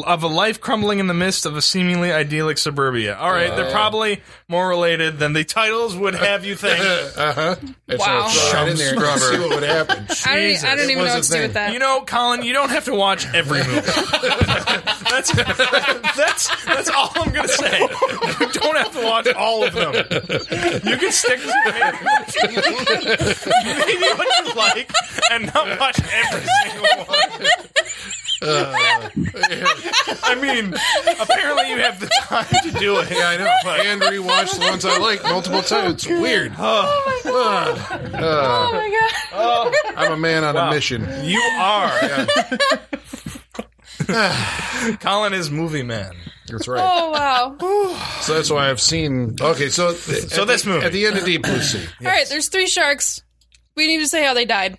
of a life crumbling in the midst of a seemingly idyllic suburbia. All right, they're probably more related than the titles would have you think.
Uh huh.
Wow.
Right in there.
Chum
See
Scrubber.
what would happen.
(laughs) I don't,
Jesus,
I don't
it
even
was
know
a
what to do
thing.
with that.
You know, Colin, you don't have to watch every movie. (laughs) that's that's that's all I'm going to say. You don't have to watch all of them. You can stick to maybe, maybe what you like and not watch every single one. I mean, apparently you have the time to do it.
Yeah, I know. And rewatched the ones I like
(laughs)
multiple times. It's weird. Ah,
Oh my god.
I'm a man on a mission.
You are.
(laughs)
Colin is movie man.
That's right.
Oh wow. All
So that's why I've seen. Okay, so so
this movie.
at the end of Deep Blue
(laughs)
Sea.
right, there's three sharks. We need to say how they died.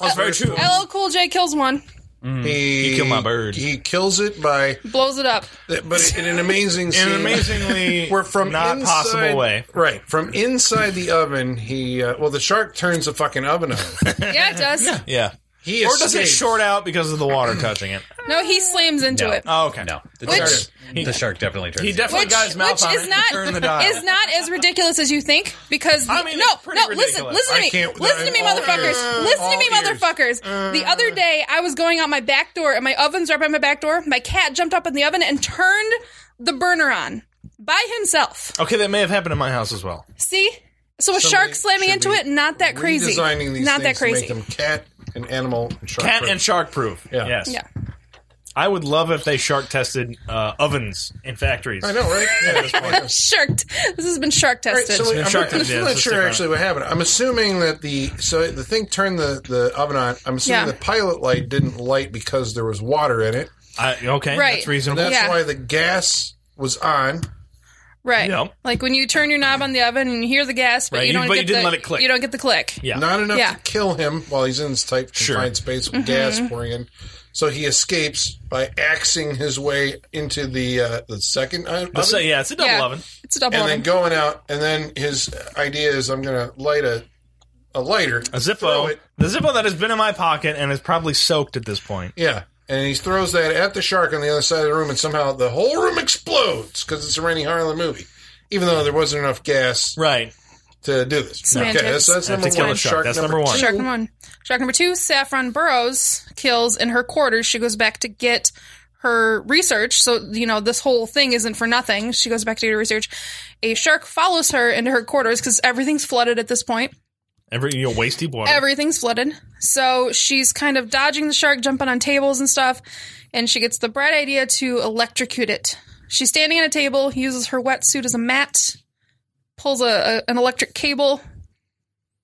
That's very true.
LL Cool J kills one,
He,
killed my bird.
He kills it by,
blows
(laughs)
it up.
but in an amazing scene.
In an amazingly
(laughs) We're from
not
inside-
possible way.
right? From inside the oven, he uh, well, the shark turns the fucking oven on.
Yeah, it does.
Yeah.
He
Or does it
escapes.
short out because of the water touching it?
No, he slams into
No.
it.
Oh, okay.
No. The,
Which-
shark, the shark definitely turns.
He
it.
definitely
Which,
got his mouth
which
on it
is
and
not
turned the dial.
is not as ridiculous as you think because the,
I mean,
no
it's pretty
no listen
ridiculous.
listen
I
to me
can't-
listen to me
all
motherfuckers
ears.
listen to
All
me
ears.
motherfuckers the
Uh.
other day I was going out my back door and my oven's right by my back door my cat jumped up in the oven and turned the burner on by himself
Okay, that may have happened in my house as well.
see so a
Somebody
shark slamming
should
into
be
it not that crazy
Redesigning these
not that
things
crazy
To make them cat and animal and shark.
Cat
proof.
and shark proof.
Yeah.
Yes.
yeah
I would love if they shark tested uh, ovens in factories.
I know, right? Yeah, that's
(laughs)
fine.
sharked this has been shark
Right,
tested
so I'm,
Shark
I'm
Tank, yeah,
not
so stick
sure
on
actually what happened. I'm assuming that the so the thing turned the the oven on. I'm assuming
Yeah.
the pilot light didn't light because there was water in it.
I, okay,
Right.
that's reasonable.
That's
Yeah.
why the gas was on.
right
Yeah.
like when you turn your knob on the oven and you hear the gas but
Right,
you
you-
don't
but
get
you didn't
the
let it click.
you don't get the click
Yeah.
Not enough
Yeah.
to kill him while he's in this tight
Sure.
confined space with gas pouring in. So he escapes by axing his way into the uh, the second uh, oven,
Let's say, yeah, it's a double
yeah
oven.
it's a double
and then
oven
going out. And then his idea is, I'm going to light a a lighter, throw
A Zippo.
it.
The Zippo that has been in my pocket and is probably soaked at this point.
Yeah. And he throws that at the shark on the other side of the room, and somehow the whole room explodes because it's a Randy Harlan movie, even though there wasn't enough gas
Right.
to do this.
Semantics.
Okay, that's, that's
Have to
number
kill
one.
a shark. That's number one.
two.
Shark number one. Shark number two, Saffron Burrows kills in her quarters. She goes back to get her research. So, you know, this whole thing isn't for nothing. She goes back to do her research. A shark follows her into her quarters because everything's flooded at this point.
Every you know, waist deep water.
Everything's flooded. So she's kind of dodging the shark, jumping on tables and stuff. And she gets the bright idea to electrocute it. She's standing on a table, uses her wetsuit as a mat, pulls a, a- an electric cable.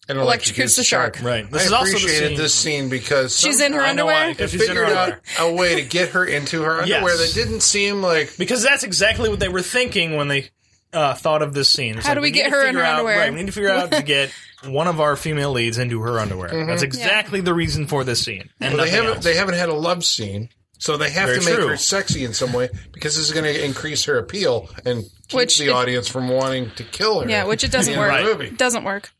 And
Electrocutes the shark.
Right. This
I
is also the
appreciated
scene-
this scene because
She's
some-
in her
I know why,
underwear.
'cause
they
she's in her
figured out
underwear.
a way to get her into her
Yes.
underwear that didn't seem like
Because that's exactly what they were thinking when they uh, thought of this scene. It's
How do we get
need to
her in
figure
her
out-
underwear?
Right, we need to figure out
(laughs)
to get one of our female leads into her underwear. That's exactly the reason for this scene. And
Mm-hmm. Well, they
nothing
haven't
else.
they haven't had a love scene, so they have
Very
to make
true.
her sexy in some way because this is going to increase her appeal and keep
Which
the
it-
audience from wanting to kill her.
Yeah, which it doesn't
Yeah,
work.
right.
Doesn't work.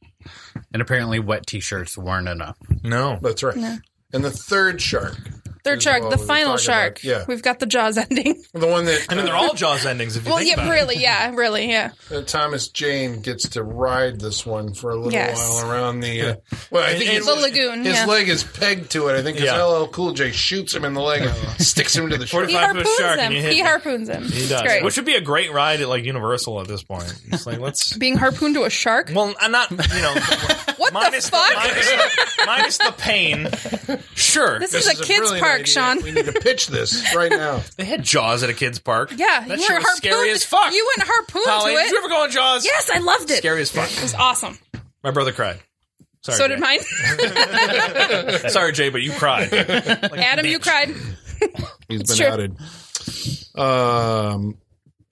And apparently, wet T-shirts weren't enough.
no.
that's right. And the third shark,
Third
Is
shark,
what
the
we were
final
talking about.
shark.
Yeah.
We've got the
(laughs)
Jaws ending.
the one that
I mean, they're all Jaws endings if you
well,
think
yeah,
about
really, yeah, really, yeah.
uh, Thomas Jane gets to ride this one for a little
Yes.
while around the. Uh, well, I think
and
his,
the lagoon,
his
yeah.
leg is pegged to it. I think because
Yeah.
LL Cool J shoots him in the leg, and
(laughs)
sticks him to the shore.
He
Five-foot
harpoons
shark
him.
and you hit
He
him.
harpoons him.
it. He
It's
does.
great.
Which would be a great ride at like Universal at this point. It's
(laughs)
like let's
Being harpooned to a shark?
Well, I'm not, you
(laughs)
know,
What
minus
the fuck?
minus the, minus the
(laughs)
pain. Sure,
this, is a kids'
brilliant idea.
park, Sean.
We need to pitch this right
(laughs)
now.
they had Jaws at a kids' park.
Yeah,
that
you
shit
were
was scary
harpooned-
as fuck.
You went harpooned
Holly,
to
did
it.
you ever go on Jaws?
yes, I loved it.
scary as fuck.
It was awesome.
My brother cried. Sorry,
So
Jay.
did
(laughs)
mine.
Sorry, Jay, but you (laughs) cried.
Adam, you cried.
He's
It's
been outed.
true.
Um,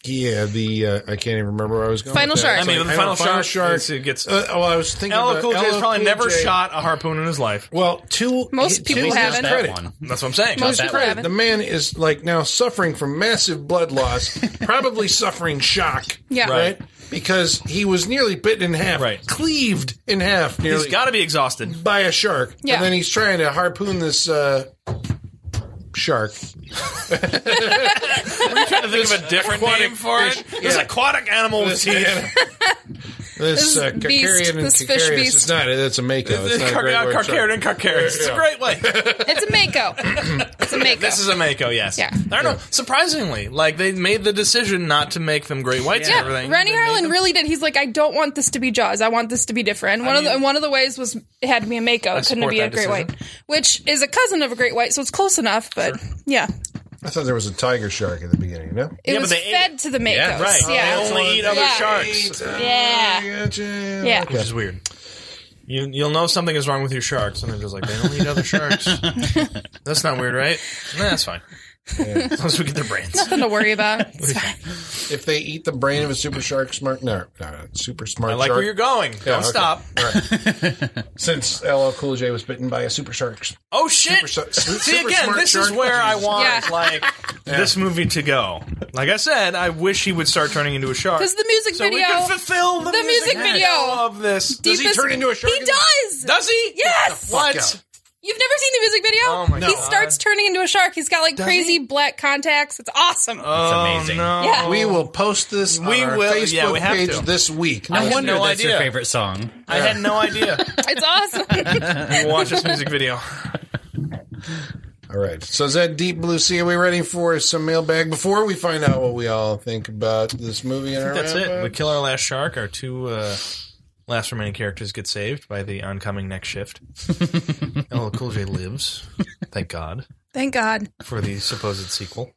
yeah, the uh, I can't even remember where I was going.
Final
with that.
shark.
I mean, the
know,
final,
final
shark.
shark-
it's- It gets.
Uh, well, I was thinking.
LL
about
Cool J has
LL
probably
Cool
never
J.
shot a harpoon in his life.
Well, two.
Most
to
people
his
haven't.
That
Credit.
one.
That's what I'm saying.
Most
that
people
one.
Credit.
haven't.
The man is like now suffering from massive blood loss, (laughs) probably suffering shock.
Yeah.
Right. Because he was nearly bitten in half,
Right.
cleaved in half,
He's
nearly
got to be (laughs) exhausted.
by a shark.
Yeah.
And then he's trying to harpoon this uh, shark.
trying to think of a different name for it. This
Yeah.
aquatic animal
(laughs)
with teeth.
This, uh,
This beast,
Carcarian and
this fish
Cacarius.
beast.
It's not. That's a mako.
(laughs)
It's not a great word, sorry.
Carcarin and Carcaris. It's a great (laughs) way.
It's
(coughs)
a Mako. It's a Mako.
This is a Mako, yes.
Yeah.
I don't know. Surprisingly, like they made the decision not to make them great whites
yeah,
and everything.
Rennie
They made
Harlan
them-
really did. He's like, I don't want this to be Jaws. I want this to be different. And one of
mean-
the one of the ways was it had to be a Mako. It couldn't
support
be a
that
Great White, which is a cousin of a Great White, so it's close enough. But yeah,
I thought there was a tiger shark at the beginning. No.
it
Yeah, but
was
they ate
fed
it.
to the Makos.
Yeah, right. They
Yeah,
only eat other
Yeah.
sharks,
yeah, Ah. yeah.
Gotcha.
which is weird. You, you'll know something is wrong with your sharks, and they're just like they don't eat other
(laughs)
sharks. That's not weird, right? Nah, that's fine. As long as we get their brains.
Nothing to
(laughs)
worry about. It's fine.
If they eat the brain of a super shark, smart no, no, no, super smart.
I like
shark.
where you're going. don't
okay.
stop. (laughs)
Since LL Cool J was bitten by a super shark.
Oh shit!
Super-
See
super
again,
smart
this is
shark.
where I want
Yeah.
(laughs)
like this movie to go. Like I said, I wish he would start turning into a shark.
Because the music
so we
video,
can fulfill the,
the music video.
of this.
Does he
deepest-
turn into a shark
He
in-
does.
Does he?
Yes!
What?
out.
You've never seen the music video?
Oh my
He
God.
starts turning into a shark. He's got like crazy black contacts. It's awesome.
It's
Oh,
amazing.
no.
yeah.
We will post this on
We
our
will-
Facebook
yeah, we have
page
to.
this week.
I
had
wonder
no
that's your
idea.
favorite song.
I had no
(laughs)
idea. (laughs)
It's awesome.
Watch this music video.
All right. So is that Deep Blue Sea? Are we ready for some mailbag before we find out what we all think about this movie? And our
That's it.
wrap-up?
We kill our last shark. Our two uh, last remaining characters get saved by the oncoming next shift. LL Cool J lives. Thank God
Thank God.
for the supposed sequel.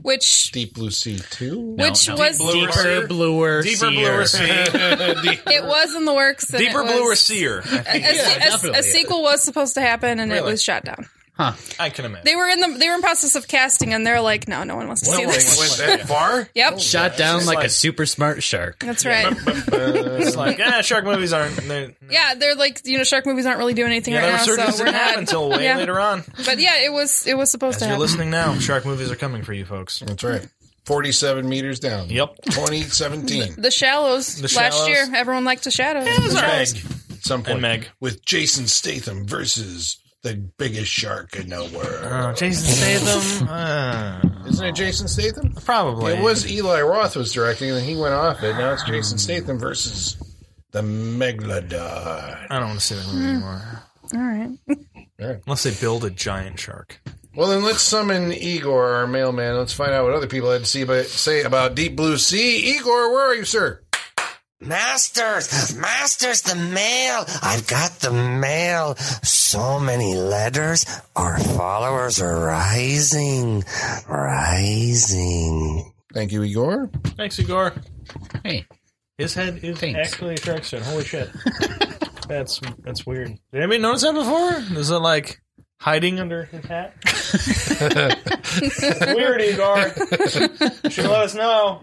Which
Deep Blue Sea Two.
which was
deeper,
Seer.
bluer,
Deeper,
seer.
bluer sea.
it was in the works. And
Deeper,
it was,
bluer seer. I,
A,
think
a- a-
definitely.
a sequel was supposed to happen and it
Really?
was shot down.
I can imagine.
They were in the they were in process of casting and they're like, no, no one wants to see this.
Went that far?
(laughs) Yep,
Shot down like,
like-
a super smart shark.
(laughs)
that's right.
It's like, ah, shark movies aren't. They're,
Yeah, they're like you know shark movies aren't really doing anything
you know,
right now,
resurgence
so
didn't
we're
happen
not.
until way
yeah.
later on.
But yeah, it was it was supposed
As
to
you're
happen.
listening now, shark movies are coming for you folks.
That's right. Forty-seven meters down.
Yep.
Twenty
(laughs)
seventeen.
The Shallows
The
last
Shallows.
year, everyone liked The Shadows.
Meg. At some point.
And Meg.
With Jason Statham versus the biggest shark in the world.
Oh, Jason Statham. Uh,
Isn't it Jason Statham?
probably.
It was Eli Roth was directing, and then he went off it. Now it's Jason Statham versus the Megalodon.
I don't want to see that movie anymore.
All right. (laughs)
Unless they build a giant shark.
Well, then let's summon Igor, our mailman. Let's find out what other people had to see about, say about Deep Blue Sea. Igor, where are you, sir?
Masters, masters, the mail. I've got the mail. So many letters. Our followers are rising, rising.
Thank you, Igor.
Thanks, Igor.
Hey,
His head is
Thanks.
actually a shark's head. Holy (laughs) shit. that's that's weird. Did anybody notice that before? Is it like hiding under his (laughs) hat? (laughs) weird, Igor. Should let us know.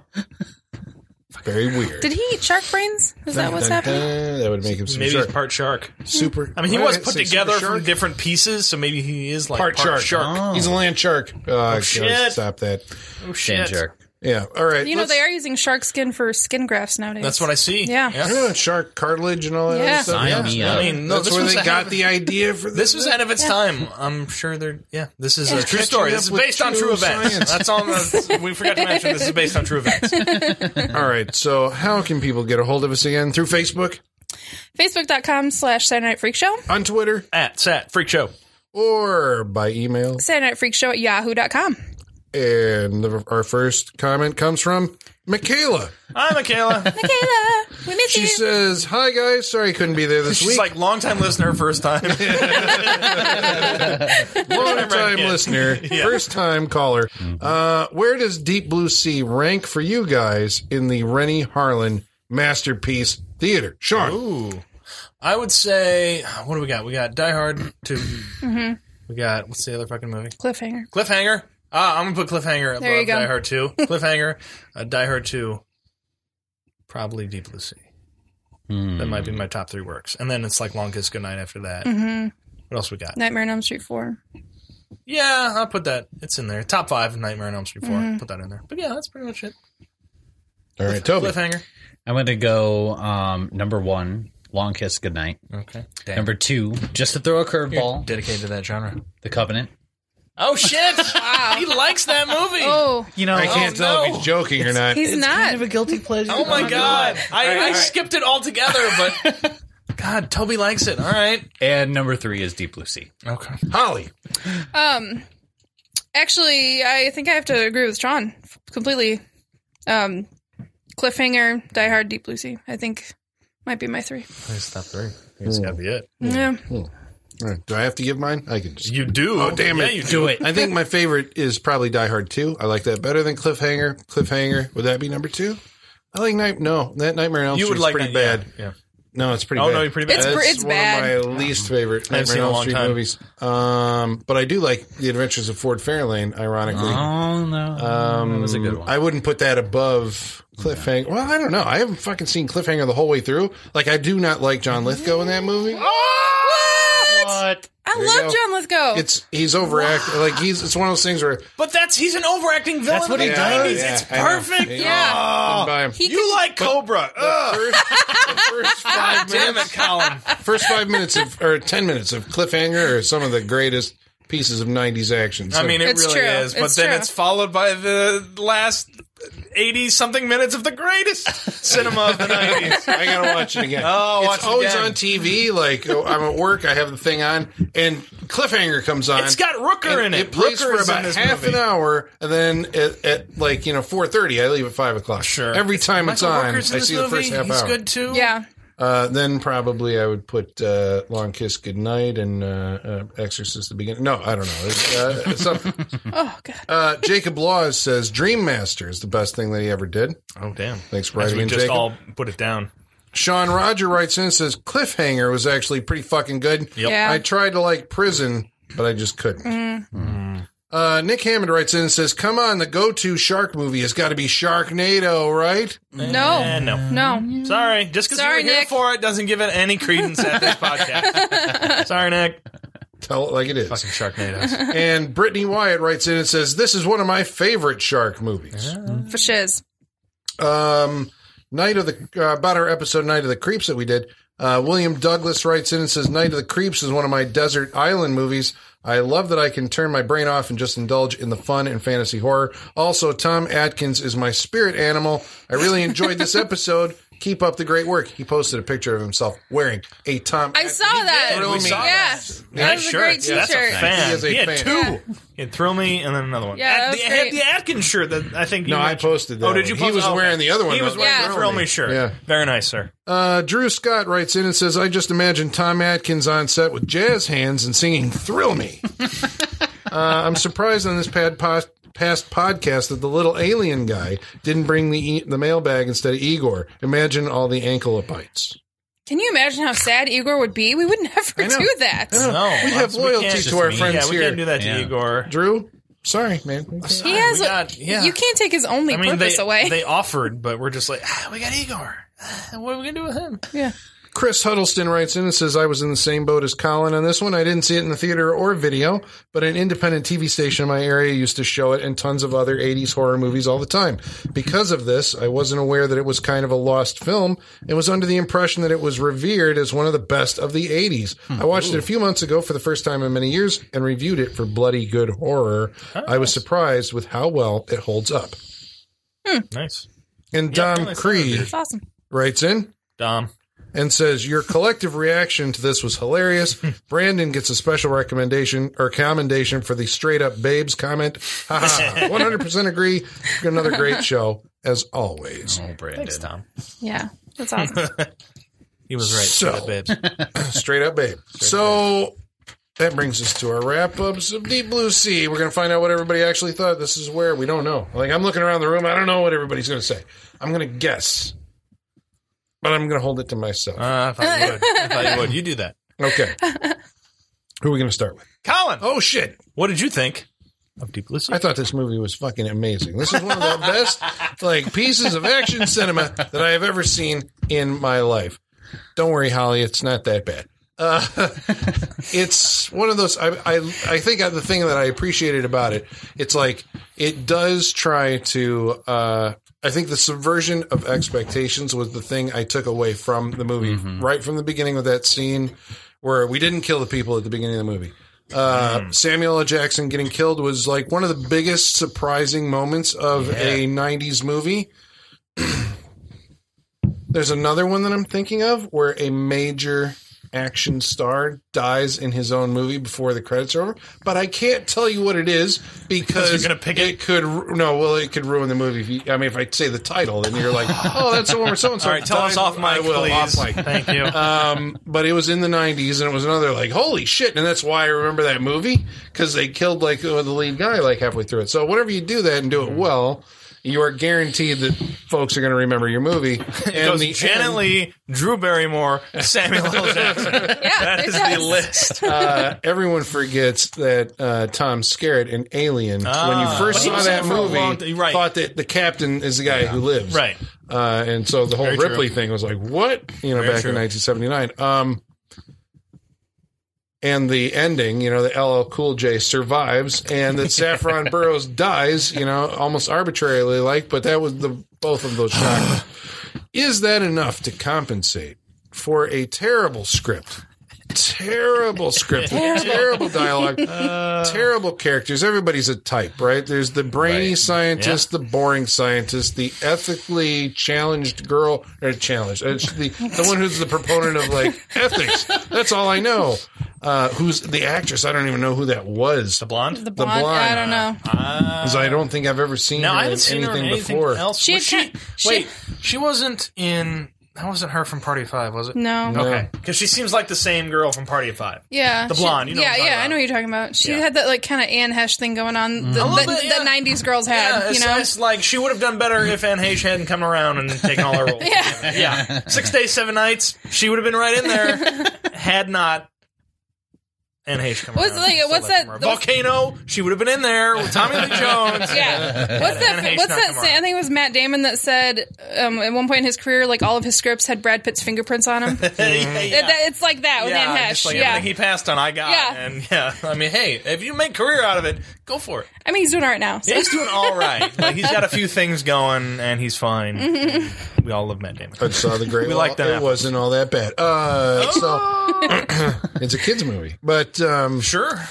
Very weird.
Did he eat shark brains? Is that what's
Dun,
happening?
dun. That would make him super
Maybe
shark.
he's part shark.
super.
I mean, he
Well,
was
I'd
put
say super
together
shark.
from different pieces, so maybe he is like
Part
part,
shark.
shark.
He's a land shark. Uh, God,
shit.
Stop that.
Oh
Dan
shit!
Shark.
Yeah. All right.
You know
let's-
they are using shark skin for skin grafts nowadays.
That's what I see.
Yeah.
Yeah, shark cartilage and all that
Yeah.
other stuff.
Sign
yeah.
me up.
I mean, no,
That's
this
where
was
they
ahead
got
of-
the idea for
(laughs) This was out of its time. I'm sure they're. Yeah, this is a true
Catching
story.
up
This is
with
based on
true
true events.
science.
That's all. that's- we forgot to mention. This is based on true events.
All right. So, how can people get a hold of us again? Through Facebook,
Facebook.com slash Saturday Night Freak Show.
on Twitter,
At Sat Freak Show.
or by email.
Saturday Night Freak Show at yahoo.com.
And the, our first comment comes from Michaela.
Hi,
(laughs)
Michaela.
Michaela, we miss
She
you.
says, Hi, guys. Sorry I couldn't be there this
She's
week.
like longtime listener, first time.
Long time
Right, (laughs) yeah.
listener, first time caller. Uh, where does Deep Blue Sea rank for you guys in the Rennie Harlan masterpiece theater? Sean.
(laughs) Ooh. I would say what do we got? We got Die Hard 2
Mm-hmm.
We got what's the other fucking movie?
Cliffhanger.
Cliffhanger. Ah, I'm gonna put Cliffhanger
There you
above
go.
Die Hard
(laughs)
Two. Cliffhanger, uh, Die Hard Two, probably Deep Blue Sea. That might be my top three works, and then it's like Long Kiss Goodnight after that.
Mm-hmm.
What else we got?
Nightmare on Elm Street 4.
Yeah, I'll put that. It's in there. Top five of Nightmare on Elm Street 4
Mm-hmm.
Put that in there. But yeah, that's pretty much it.
All right, Toby.
Cliffhanger.
I'm going to go um, number one, Long Kiss Goodnight.
Okay.
Number two, just to throw a curveball,
Dedicated to that genre.
The Covenant.
Oh shit! He likes that movie.
Oh,
You know,
I can't tell if
no.
he's joking or not.
he's not.
guilty pleasure.
Oh my god! I, I skipped it altogether, but God, Toby likes it. All right.
And number three is Deep Blue Sea.
Okay.
Holly.
Um, actually, I think I have to agree with Sean f- completely. Um, Cliffhanger, Die Hard, Deep Blue Sea. I think might be my three.
That's top three. That's gotta be it.
Yeah.
All right, do I have to give mine? I can just.
You do. Oh
damn it.
Yeah, you do.
Do it.
I think my favorite is probably Die Hard 2. I like that better than Cliffhanger. Cliffhanger, would that be number two? I like Night. No, that Nightmare on Elm
You
Street
would like
pretty
that,
bad.
Yeah.
No, it's pretty
Oh
bad.
no, you're pretty bad.
It's-
That's one
bad.
of my least favorite Nightmare
seen
on
a
Elm
long
Street
time.
movies. Um, but I do like The Adventures of Ford Fairlane, ironically.
Oh no,
Um,
that was a good one.
I wouldn't put that above Cliffhanger. Well, I don't know. I haven't fucking seen Cliffhanger the whole way through. Like, I do not like John Lithgow in that movie.
Oh.
What?
I
you
love
go.
John Lithgow.
It's he's overacting. Like he's it's one of those things where
but that's he's an overacting villain.
That's what he
of the
does.
90s.
Yeah,
it's
I know.
perfect. Ah,
yeah.
I'm by him.
Oh. He
You
could-
like Cobra? Ugh.
(laughs)
First- the first five
Damn
minutes,
it, Colin.
first five minutes of or ten minutes of Cliffhanger are some of the greatest pieces of '90s action. So-
I mean, it
It's
really
true.
is. But
It's
then
true.
it's followed by the last eighty something minutes of the greatest cinema of the nineties.
I gotta watch it again.
(laughs) Oh, watch
it's
it
always
again.
on TV. Like oh, I'm at work, I have the thing on, and Cliffhanger comes on.
It's got Rooker
and
in it.
plays
Rooker
for
is in
about
this
half
movie.
an hour, and then at, at like you know 4:30, I leave at five o'clock.
Sure.
Every time it's
Michael
on, I
Rooker's in this
see the
movie.
first half
He's
hour.
good too.
yeah.
Uh, then probably I would put uh, Long Kiss Goodnight and uh, uh, Exorcist the beginning. No, I don't know. It's, Uh, something.
Oh, God.
uh, Jacob Laws says Dream Master is the best thing that he ever did.
Oh damn.
Thanks for
As
writing
we
in,
just
Jacob.
all put it down.
Sean Roger writes in and says Cliffhanger was actually pretty fucking good.
Yeah.
I tried to like Prison, but I just couldn't.
Mm.
Uh, Nick Hammond writes in and says, "Come on, the go-to shark movie has got to be Sharknado, right?"
no.
Eh, no.
No.
Sorry, just because you were
Sorry,
here
Nick.
for it doesn't give it any credence at
(laughs)
this podcast. Sorry, Nick.
Tell it like it is.
(laughs) Fucking Sharknadoes.
and Brittany Wyatt writes in and says, "This is one of my favorite shark movies."
For shiz.
um, Night of the uh, about our episode Night of the Creeps that we did. Uh, William Douglas writes in and says Night of the Creeps is one of my desert island movies. I love that I can turn my brain off and just indulge in the fun and fantasy horror. Also, Tom Atkins is my spirit animal. I really enjoyed
(laughs)
this episode. Keep up the great work. He posted a picture of himself wearing a Tom.
I saw that.
Throw
We
me.
saw
yeah. That was a great
Yeah,
t-shirt.
that's a fan.
He is a
he had
fan.
two. He had Throw Me and then another one.
Yeah, that
At-
was
he had
great.
the Atkins shirt that I think you
No, I
mentioned.
posted that.
Oh, did you
He
post-
was
oh,
wearing
okay.
the other one.
He was
though.
wearing
Yeah.
the Throw Me shirt.
Yeah.
Very
(laughs)
nice, sir.
Uh, Drew Scott writes in and says, I just imagine Tom Atkins on set with jazz hands and singing Thrill Me. uh, I'm surprised on this pad pos- past podcast that the little alien guy didn't bring the, e- the mailbag instead of Igor. Imagine all the ankle bites.
Can you imagine how sad Igor would (laughs) be? We would never
know.
do that.
No,
we have
that's-
loyalty
can't-
to our
me.
friends
Yeah, we
here.
can't do that to
Yeah.
Igor.
Drew, Sorry, man.
He has.
we
a-
got- yeah.
You can't take his only
I mean,
purpose
they,
away.
they offered, but we're just like, ah, we got Igor. Ah, What are we gonna do with him?
yeah.
Chris Huddleston writes in and says, I was in the same boat as Colin on this one. I didn't see it in the theater or video, but an independent TV station in my area used to show it and tons of other 80s horror movies all the time. Because of this, I wasn't aware that it was kind of a lost film and was under the impression that it was revered as one of the best of the 80s. I watched it a few months ago for the first time in many years and reviewed it for bloody good horror. I was surprised with how well it holds up.
Nice,
And Dom
nice.
Creed
It's awesome.
writes in,
Dom.
and says your collective reaction to this was (laughs) hilarious. Brandon gets a special recommendation or commendation for the straight up babes comment. (laughs) One hundred percent agree. Another great show as always.
Oh, Brandon.
Thanks, Tom.
Yeah.
(laughs)
That's awesome.
He was right.
So-
So, babes.
(laughs) Straight up babe. so that brings us to our wrap ups of Deep Blue Sea. We're gonna find out what everybody actually thought. This is where we don't know. Like I'm looking around the room. I don't know what everybody's gonna say. I'm gonna guess, but I'm gonna hold it to myself.
Uh, I thought you would. I thought you would. You do that,
(laughs) okay. Who are we gonna start with?
Colin.
Oh shit!
What did you think of Deep Blue Sea?
I thought this movie was fucking amazing. This is one of the best like pieces of action cinema that I have ever seen in my life. Don't worry, Holly, it's not that bad. Uh, (laughs) it's one of those. I, I I think the thing that I appreciated about it, it's like it does try to. Uh, I think the subversion of expectations was the thing I took away from the movie right from the beginning of that scene where we didn't kill the people at the beginning of the movie. Uh,
Hmm.
Samuel L. Jackson getting killed was like one of the biggest surprising moments of a '90s movie. (clears throat) There's another one that I'm thinking of where a major action star dies in his own movie before the credits are over, but I can't tell you what it is because
You're gonna pick it?
could ru- no, well, it could ruin the movie. If you, I mean, if I say the title, then you're
(laughs)
like, oh, that's the one where so and so.
All right, tell us off mic,
I will
please.
off mic.
Thank you.
Um, but it was in the 90s, and it was another like, holy shit. And that's why I remember that movie because they killed like the lead guy like halfway through it. So, whenever you do that and do
Mm-hmm.
it well, you are guaranteed that folks are going to remember your movie. And
(laughs) it goes
the
Janet
end-
Leigh, Drew Barrymore, Samuel L. Jackson.
Yeah.
That
it
is
does.
the list.
uh, everyone forgets that uh, Tom Skerritt in Alien, when you first
Ah. But he
saw
was
that
in it for a
movie,
long t- right.
thought that the captain is the guy who lives.
(laughs) Right.
Uh, and so the whole
Very
Ripley
true.
thing was like, what? You know,
Very
back
true.
in 1979. Um, and the ending, you know, the LL Cool J survives, and that
(laughs)
Saffron Burrows dies, you know, almost arbitrarily, like. But that was the both of those shockers. Is that enough to compensate for a terrible script? Terrible script, with terrible dialogue, terrible characters. Everybody's a type, right? There's the brainy scientist, the boring scientist, the ethically challenged girl or challenged. It's the the one who's the proponent of
(laughs)
like ethics. That's all I know. Uh, who's the actress? I don't even know who that was.
The blonde.
The blonde,
blonde.
I don't know.
'Cause I don't think I've ever seen
No,
her
I
in
haven't seen her in
anything
anything
before.
else.
She
Was
had ki- she-
wait, she wasn't in. That wasn't her from Party of Five, was it?
No.
Okay, because she seems like the same girl from Party of Five.
Yeah.
The
she-
blonde, you know what
yeah,
I'm
yeah.
talking
I
about.
know what you're talking about. She
Yeah.
had that like kind of Anne Hesh thing going on
Mm.
that,
little
that,
bit, yeah.
that 90s girls had,
it's,
you know?
it's like she would have done better if Anne Heche hadn't come around and taken
(laughs)
all her roles.
Yeah.
Yeah. Six days, seven nights. She would have been right in
(laughs)
there had not Anne Heche come
What's
around.
like-
Still left
what's that-
from her. Volcano. She would have been in there with Tommy Lee Jones.
(laughs) (laughs) Yeah. What's that?
Haig's
What's
not
that?
tomorrow.
Say, I think it was Matt Damon that said um, at one point in his career, like all of his scripts had Brad Pitt's fingerprints
(laughs)
on them. It- that- it's like that with Anne
just
Hesh.
like
yeah.
everything he passed on, I got.
Yeah.
And yeah, I mean, hey, if you make career out of it, go for it.
I mean, he's doing all right now. So.
He's doing all
(laughs)
right. Like he's got a few things going, and he's fine.
Mm-hmm.
We all love Matt Damon.
I saw the great.
(laughs) We like that
It
apple. Oh!
wasn't all that bad. Uh, so (clears throat) it's a kids movie, but um,
Sure.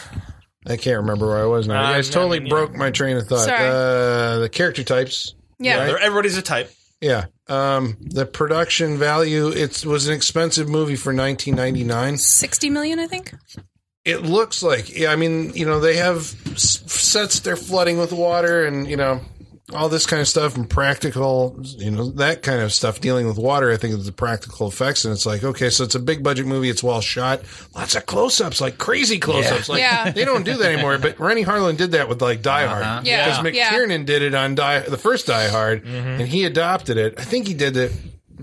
I can't remember where I was now.
Uh,
You guys
I
totally
mean, yeah.
broke my train of thought.
Sorry.
Uh, the character types.
Yeah.
They're- Everybody's a type.
Yeah. Um, the production value. It was an expensive movie for 1999.
60 million, I think.
It looks like. Yeah, I mean, you know, they have s- sets they're flooding with water, and you know, all this kind of stuff, and practical, you know, that kind of stuff dealing with water. I think is the practical effects, and it's like, okay, so it's a big budget movie. It's well shot. Lots of close ups, like crazy close ups. Like
Yeah. Uh-huh.
they don't do that anymore. But Rennie Harlan did that with like Die Hard.
Yeah.
Because
Yeah.
Mm-hmm.
McTiernan did it on Die, the first Die Hard, and he adopted it. I think he did it.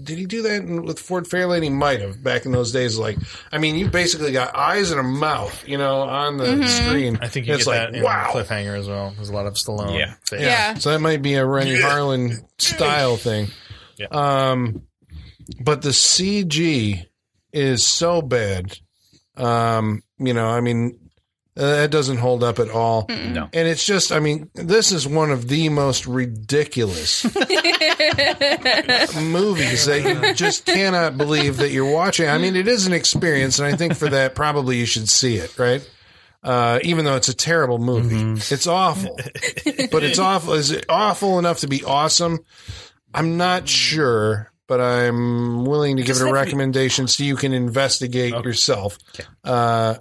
did he do that in- with Ford Fairlane? He might have back in those days. Like, I mean, you basically got eyes and a mouth, you know, on the screen.
I think you
it's
get
like
that in
wow.
cliffhanger as well. There's a lot of Stallone.
Yeah.
things.
Yeah.
So that might be a Rennie Harlan style thing.
Yeah.
Um, but the CG is so bad. Um, you know, I mean, uh, that doesn't hold up at all.
No.
And it's just, I mean, this is one of the most ridiculous movies that you just cannot believe that you're watching. I mean, it is an experience, and I think for that, probably you should see it, right? Uh, even though it's a terrible movie, it's awful, but it's awful. Is it awful enough to be awesome? I'm not sure, but I'm willing to give it a recommendation so you can investigate yourself. Uh,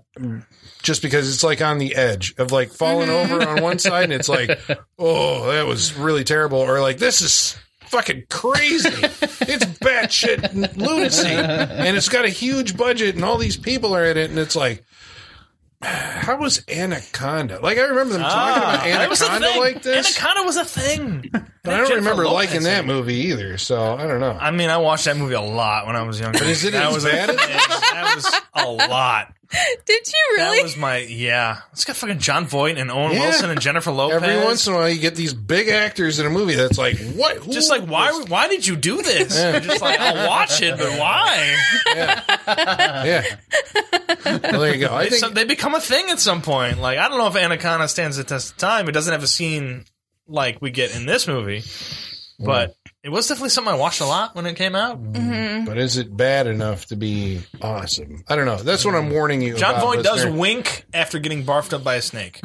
just because it's like on the edge of like falling over on one side and it's like, oh, that was really terrible, or like this is fucking crazy. it's batshit lunacy, and it's got a huge budget, and all these people are in it, and it's like. How was Anaconda? Like I remember them talking about Anaconda like this,
Anaconda was a thing.
but I don't remember liking that movie either. So I don't know.
I mean, I watched that movie a lot when I was younger.
Is it
that
as
was
bad
A,
as-
that was a lot.
Did you really?
That was my yeah. It's got fucking John Voight and Owen
Yeah.
Wilson and Jennifer Lopez.
Every once in a while, you get these big actors in a movie that's like, what? Who
just like why? Why did you do this? You're just like I'll watch it, but why?
Yeah.
(laughs)
well, there you go. I think
So they become a thing at some point. Like I don't know if Anaconda stands the test of time. It doesn't have a scene like we get in this movie, but it was definitely something I watched a lot when it came out.
Mm-hmm. But is it bad enough to be awesome? I don't know. That's what I'm warning you.
John
about,
Voight does
listener.
wink after getting barfed up by
(laughs)
a snake.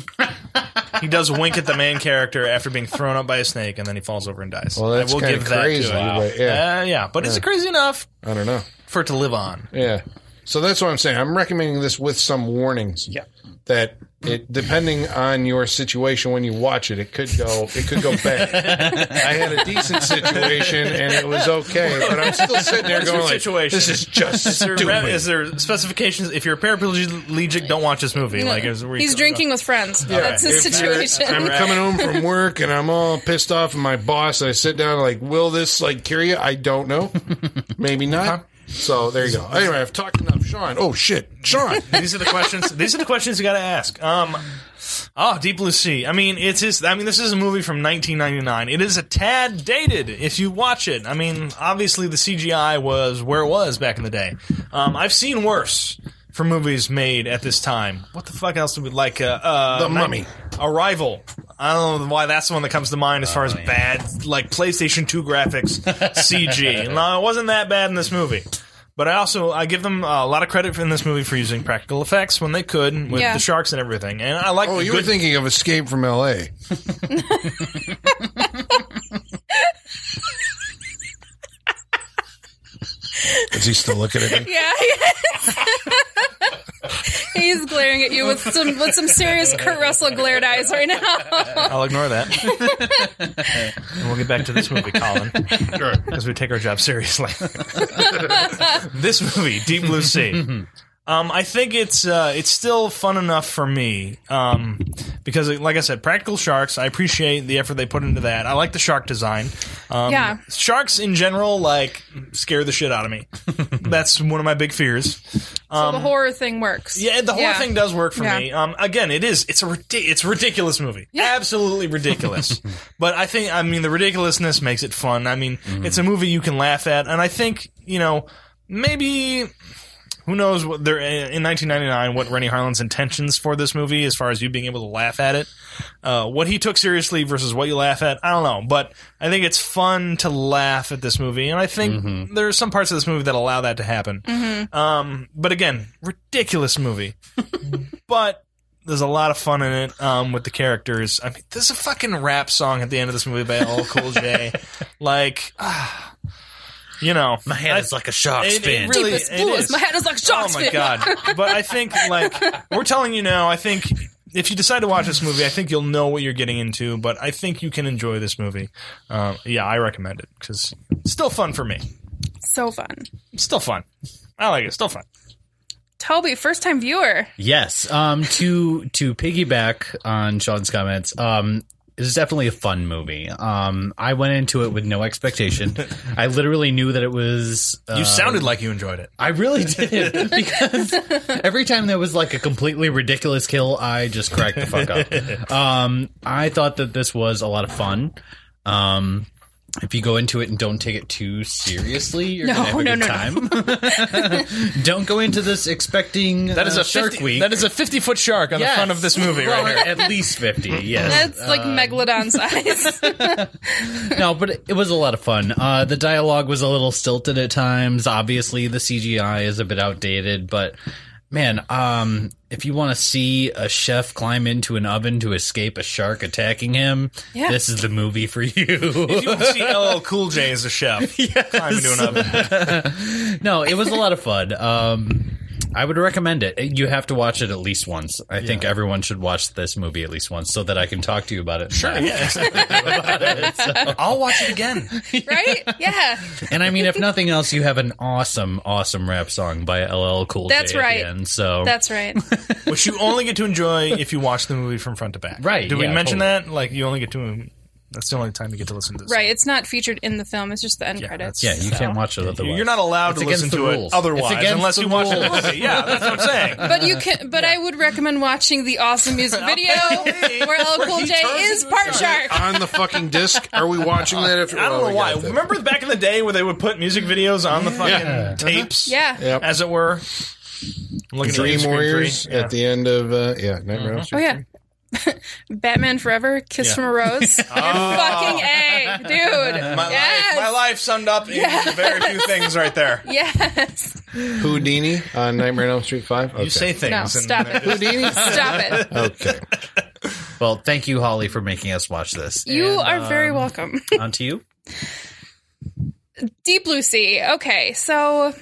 he does wink at the main character after being thrown up by a snake, and then he falls over and dies.
Well, that's
I will
kinda
give that to
crazy,
it.
but yeah.
Uh, yeah, but is it crazy enough
I don't know.
for it to live on?
Yeah. So that's what I'm saying. I'm recommending this with some warnings. Yeah. That it depending on your situation when you watch it, it could go it could go bad. I had a decent situation and it was okay, but I'm still sitting there
What's your
going like,
situation?
"This is just
Is there,
stupid."
is there specifications? If you're a paraplegic, don't watch this movie. Like, is where you
He's
go.
drinking with friends. That's his
If you're-
situation.
I'm coming home from work and I'm all pissed off at my boss. And I sit down like, will this like cure you? I don't know. Maybe
Uh-huh.
not. So there you go. Anyway, I've talked enough. Sean. Oh shit, Sean.
(laughs) these are the questions. These are the questions you got to ask. Um, oh, Deep Blue Sea. I mean, it's his. I mean, this is a movie from 1999. It is a tad dated if you watch it. I mean, obviously the CGI was where it was back in the day. Um, I've seen worse for movies made at this time. What the fuck else would we like? Uh, uh,
The
Nin-
Mummy.
Arrival. I don't know why that's the one that comes to mind as far
Oh,
as bad, like PlayStation
(laughs)
2 graphics CG. No, it wasn't that bad in this movie. But I also I give them uh, a lot of credit in this movie for using practical effects when they could with
Yeah.
the sharks and everything. And I like
Oh,
the
you
good
were thinking of Escape from L.A. Is he still looking
(laughs)
at me?
Yeah. yes. He's glaring at you with some with some serious Kurt Russell glared eyes right now. (laughs)
I'll ignore that. and we'll get back to this movie, Colin, because we take our job seriously. (laughs) this movie, Deep Blue Sea. Um, I think it's uh, it's still fun enough for me um, because, like I said, practical sharks. I appreciate the effort they put into that. I like the shark design. Um,
Yeah.
sharks in general like scare the shit out of me. That's one of my big fears.
so the horror thing works.
Um, Yeah, the horror thing does work for
Yeah.
me. Um, again, it is it's a ridi- it's a ridiculous movie, absolutely ridiculous. but I think I mean the ridiculousness makes it fun. I mean, it's a movie you can laugh at, and I think you know maybe who knows what there in 1999 what Rennie Harlan's intentions for this movie as far as you being able to laugh at it uh, what he took seriously versus what you laugh at I don't know but I think it's fun to laugh at this movie and I think there are some parts of this movie that allow that to happen um, but again ridiculous
(laughs)
movie but there's a lot of fun in it um, with the characters I mean there's a fucking rap song at the end of this movie by L. Cool J
(laughs)
like ah, you know
My head is like a shark's
it- it
fin.
really-
Deepest
it
bluest.
is.
My head is
(laughs)
like
Oh
shark's (laughs)
my
fin.
god! But I think like we're telling you now. I think if you decide to watch this movie, I think you'll know what you're getting into. But I think you can enjoy this movie. Uh, yeah, I recommend it because it's still fun for me.
So fun.
It's still fun. I like it. It's Still fun.
Toby, first time viewer.
Yes. Um. To to piggyback on Sean's comments. Um. it is definitely a fun movie. Um, I went into it with
(laughs)
no expectation. I literally knew that it was. Uh,
You sounded like you enjoyed it.
I really did (laughs) because every time there was like a completely ridiculous kill, I just cracked the fuck
(laughs)
up. Um, I thought that this was a lot of fun. Um, if you go into it and don't take it too seriously, you're
No,
gonna have a
no,
good time. (laughs) don't go into this expecting
That is
uh,
a
shark
50,
week.
That is a fifty-foot shark on the front of this movie
Well,
right here.
At
(laughs)
least fifty, yes.
That's
uh,
like megalodon size. (laughs)
no, but it was a lot of fun. Uh, the dialogue was a little stilted at times. Obviously, the CGI is a bit outdated, but man, um, if you want to see a chef climb into an oven to escape a shark attacking him,
Yeah.
this is the movie for you.
You can see LL Cool J as a (laughs) chef climbing to an (laughs) oven.
(laughs) no, it was a lot of fun. Um, I would recommend it. You have to watch it at least once. I think everyone should watch this movie at least once so that I can talk to you about it. Sure.
(laughs) I'll watch it again.
right? Yeah.
And I mean, if nothing else, you have an awesome, awesome rap song by LL Cool J.
That's
at the
right.
end, so
That's
(laughs)
right.
Which you only get to enjoy if you watch the movie from front to back.
Right,
Did
yeah,
we mention
totally.
that? Like, you only get to. That's the only time you get to listen to this.
Right. It's not featured in the film. It's just the end credits.
yeah, you can't watch it otherwise.
You're not allowed
It's
to
against
listen
the
to
rules.
it otherwise
It's against
unless
the
you watch the
rules.
movie. Yeah, that's what I'm (laughs) saying.
But you can. But I would recommend watching the
(laughs)
awesome music video where LL Cool
he
J
turns
is
into a
part shark.
on the fucking disc. Are we watching that? After
I don't
oh,
know
we
why.
got that.
Remember back in the day where they would put music videos on the fucking
Yeah.
tapes?
Yeah.
Yep.
As it were. I'm looking at
Dream
screen
Warriors
three. Yeah.
at the end of uh, yeah, Nightmare on Elm
Oh (laughs)
Street.
yeah. (laughs) Batman Forever, Kiss from
(laughs)
a Rose. You're fucking a dude.
Oh. My,
yes.
life, my life summed up in very few things right there.
Yes.
Houdini on Nightmare on Elm Street Five. Okay.
You say things.
No.
and
Stop
they're
it.
just-
Stop
(laughs)
it.
okay.
Well, thank you, Holly, for making us watch (laughs) this.
You
And,
are very
um,
welcome. (laughs)
On to you.
Deep Blue Sea. Okay, so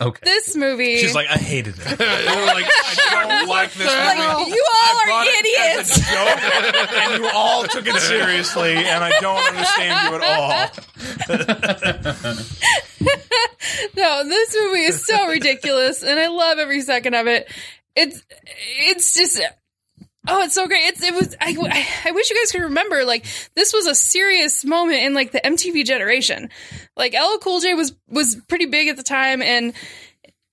Okay.
this movie.
She's like, I hated it. (laughs) I don't like this
(laughs) Like, you all are idiots.
joke, and you all took it seriously, and I don't understand you
(laughs)
at all.
No, this movie is so ridiculous, and I love every second of it. It's it's just oh, it's so great. It's it was I, I wish you guys could remember like this was a serious moment in like the MTV generation. Like LL Cool J was was pretty big at the time, and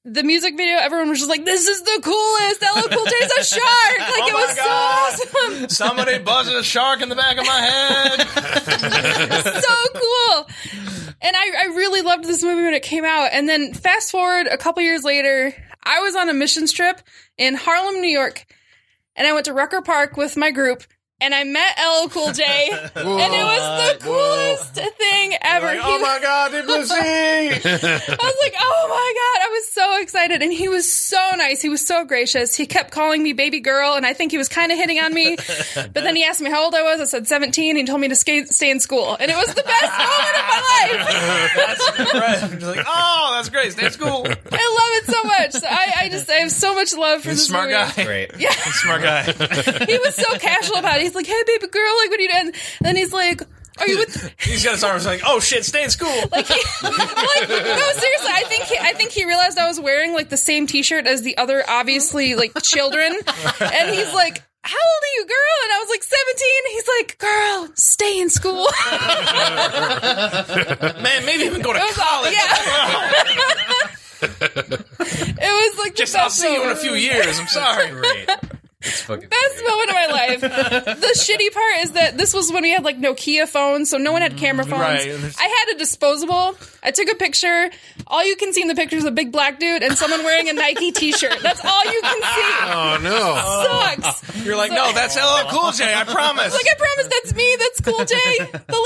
the music video, everyone was just like, "This is the coolest." LL Cool J's
(laughs)
a shark. Like
Oh
it
my
was
God.
so awesome.
Somebody buzzed a shark in the back of my head.
so cool. And I, I really loved this movie when it came out. And then fast forward a couple years later, I was on a missions trip in Harlem, New York, and I went to Rucker Park with my group. And I met LL Cool J, and it was the coolest thing ever.
Like,
He
oh my god, Deep Blue Sea!
I was like, oh my God. I was so excited. And he was so nice. He was so gracious. He kept calling me baby girl. And I think he was kind of hitting
(laughs)
on me. But then he asked me how old I was. I said 17. And he told me to skate, stay in school. And it was the best (laughs) moment of my life.
Right. I'm just like, oh, that's great. Stay at
(laughs)
school.
I love it so much. So I, I just, I have so much love for this
Smart
movie.
guy.
(laughs) Great.
(laughs) Smart guy.
He was so casual about it. He's like, hey, baby girl, like, what are you doing? And then he's like, are you with,
He's got his arms like, oh shit, stay in school.
like, (laughs) he, like, no, seriously, I think he, I think he realized I was wearing like the same T-shirt as the other, obviously like children, and he's like. How old are you, girl? And I was like 17. He's like, girl, stay in school. (laughs)
Man, maybe even go to
It was-
college.
yeah. (laughs) it was like the
Just I'll
best
see you in a
moment.
few years. I'm sorry.
Great. It's fucking
best moment of my life. The shitty part is that this was when we had like Nokia phones, so no one
Mm,
had camera phones.
right. There's-
I had a disposable. I took a picture. All you can see in the picture is a big black dude and someone wearing a Nike T-shirt. That's all you can see.
Oh no.
Sucks.
You're like, no, that's LL Cool J. I promise.
Like I promise, that's me. That's Cool J. The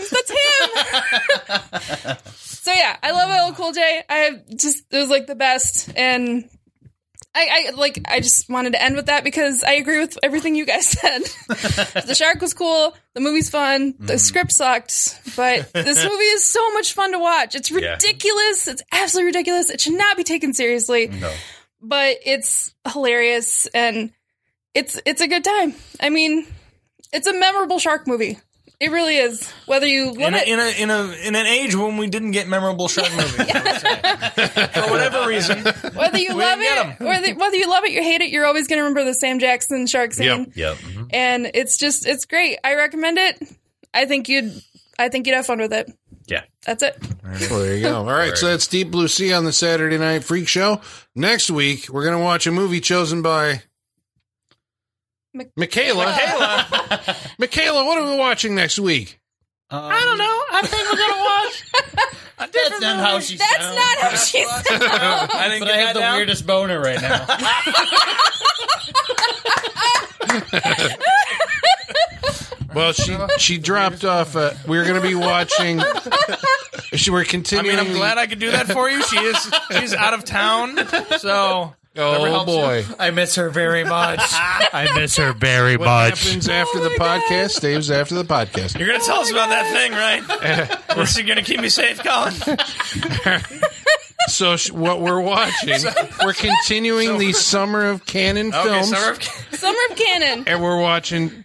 ladies love Cool James. That's him. so yeah, I love LL Cool J. I just it was like the best, and I, I like I just wanted to end with that because I agree with everything you guys (laughs) said. the shark was cool. The movie's fun. The script sucked, but this movie is so much fun to watch. It's ridiculous. It's absolutely ridiculous. It should not be taken seriously
no.
but it's hilarious and it's it's a good time. I mean, it's a memorable shark movie. It really is. Whether you love
in a, (laughs)
it,
in a in a in an age when we didn't get memorable
(laughs)
shark movies for whatever reason.
whether you love
didn't
it, whether, whether you love it, you hate it, you're always going to remember the Sam Jackson shark scene.
Yep.
Yep. mm-hmm.
And it's just, it's great. I recommend it. I think you'd, I think you'd have fun with it.
Yeah.
That's it.
Well, there you go. All right, so that's Deep Blue Sea on the Saturday Night Freak Show. Next week, we're going to watch a movie chosen by
Mc-
Michaela. Michaela. (laughs) what are we watching next week?
I don't know. I think we're gonna watch. Um, (laughs) That's not how she
That's
sounds.
not how (laughs) she's.
I didn't
but
get
I have
that
the
down.
weirdest boner right (laughs) now.
Well, she she dropped off. Uh, we're going to be watching. She, we're
I
continuing.
mean, I'm glad I could do that for you. She is she's out of town, so
Oh boy!
I miss her (laughs) very much. I miss her very
What happens after the podcast stays after the podcast.
you're gonna tell us about that thing, right? Unless you're gonna keep me safe, Colin.
So sh- what we're
(laughs)
watching, we're continuing the summer of canon
Okay,
films,
summer of
Summer of Cannon.
and we're watching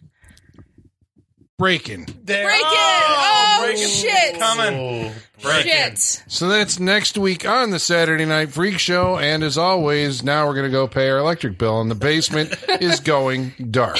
Breaking.
Break it!
Oh,
Oh,
break it.
shit!
coming.
Shit!
So that's next week on the Saturday Night Freak Show. And as always, now we're going to go pay our electric bill, and the basement is going dark.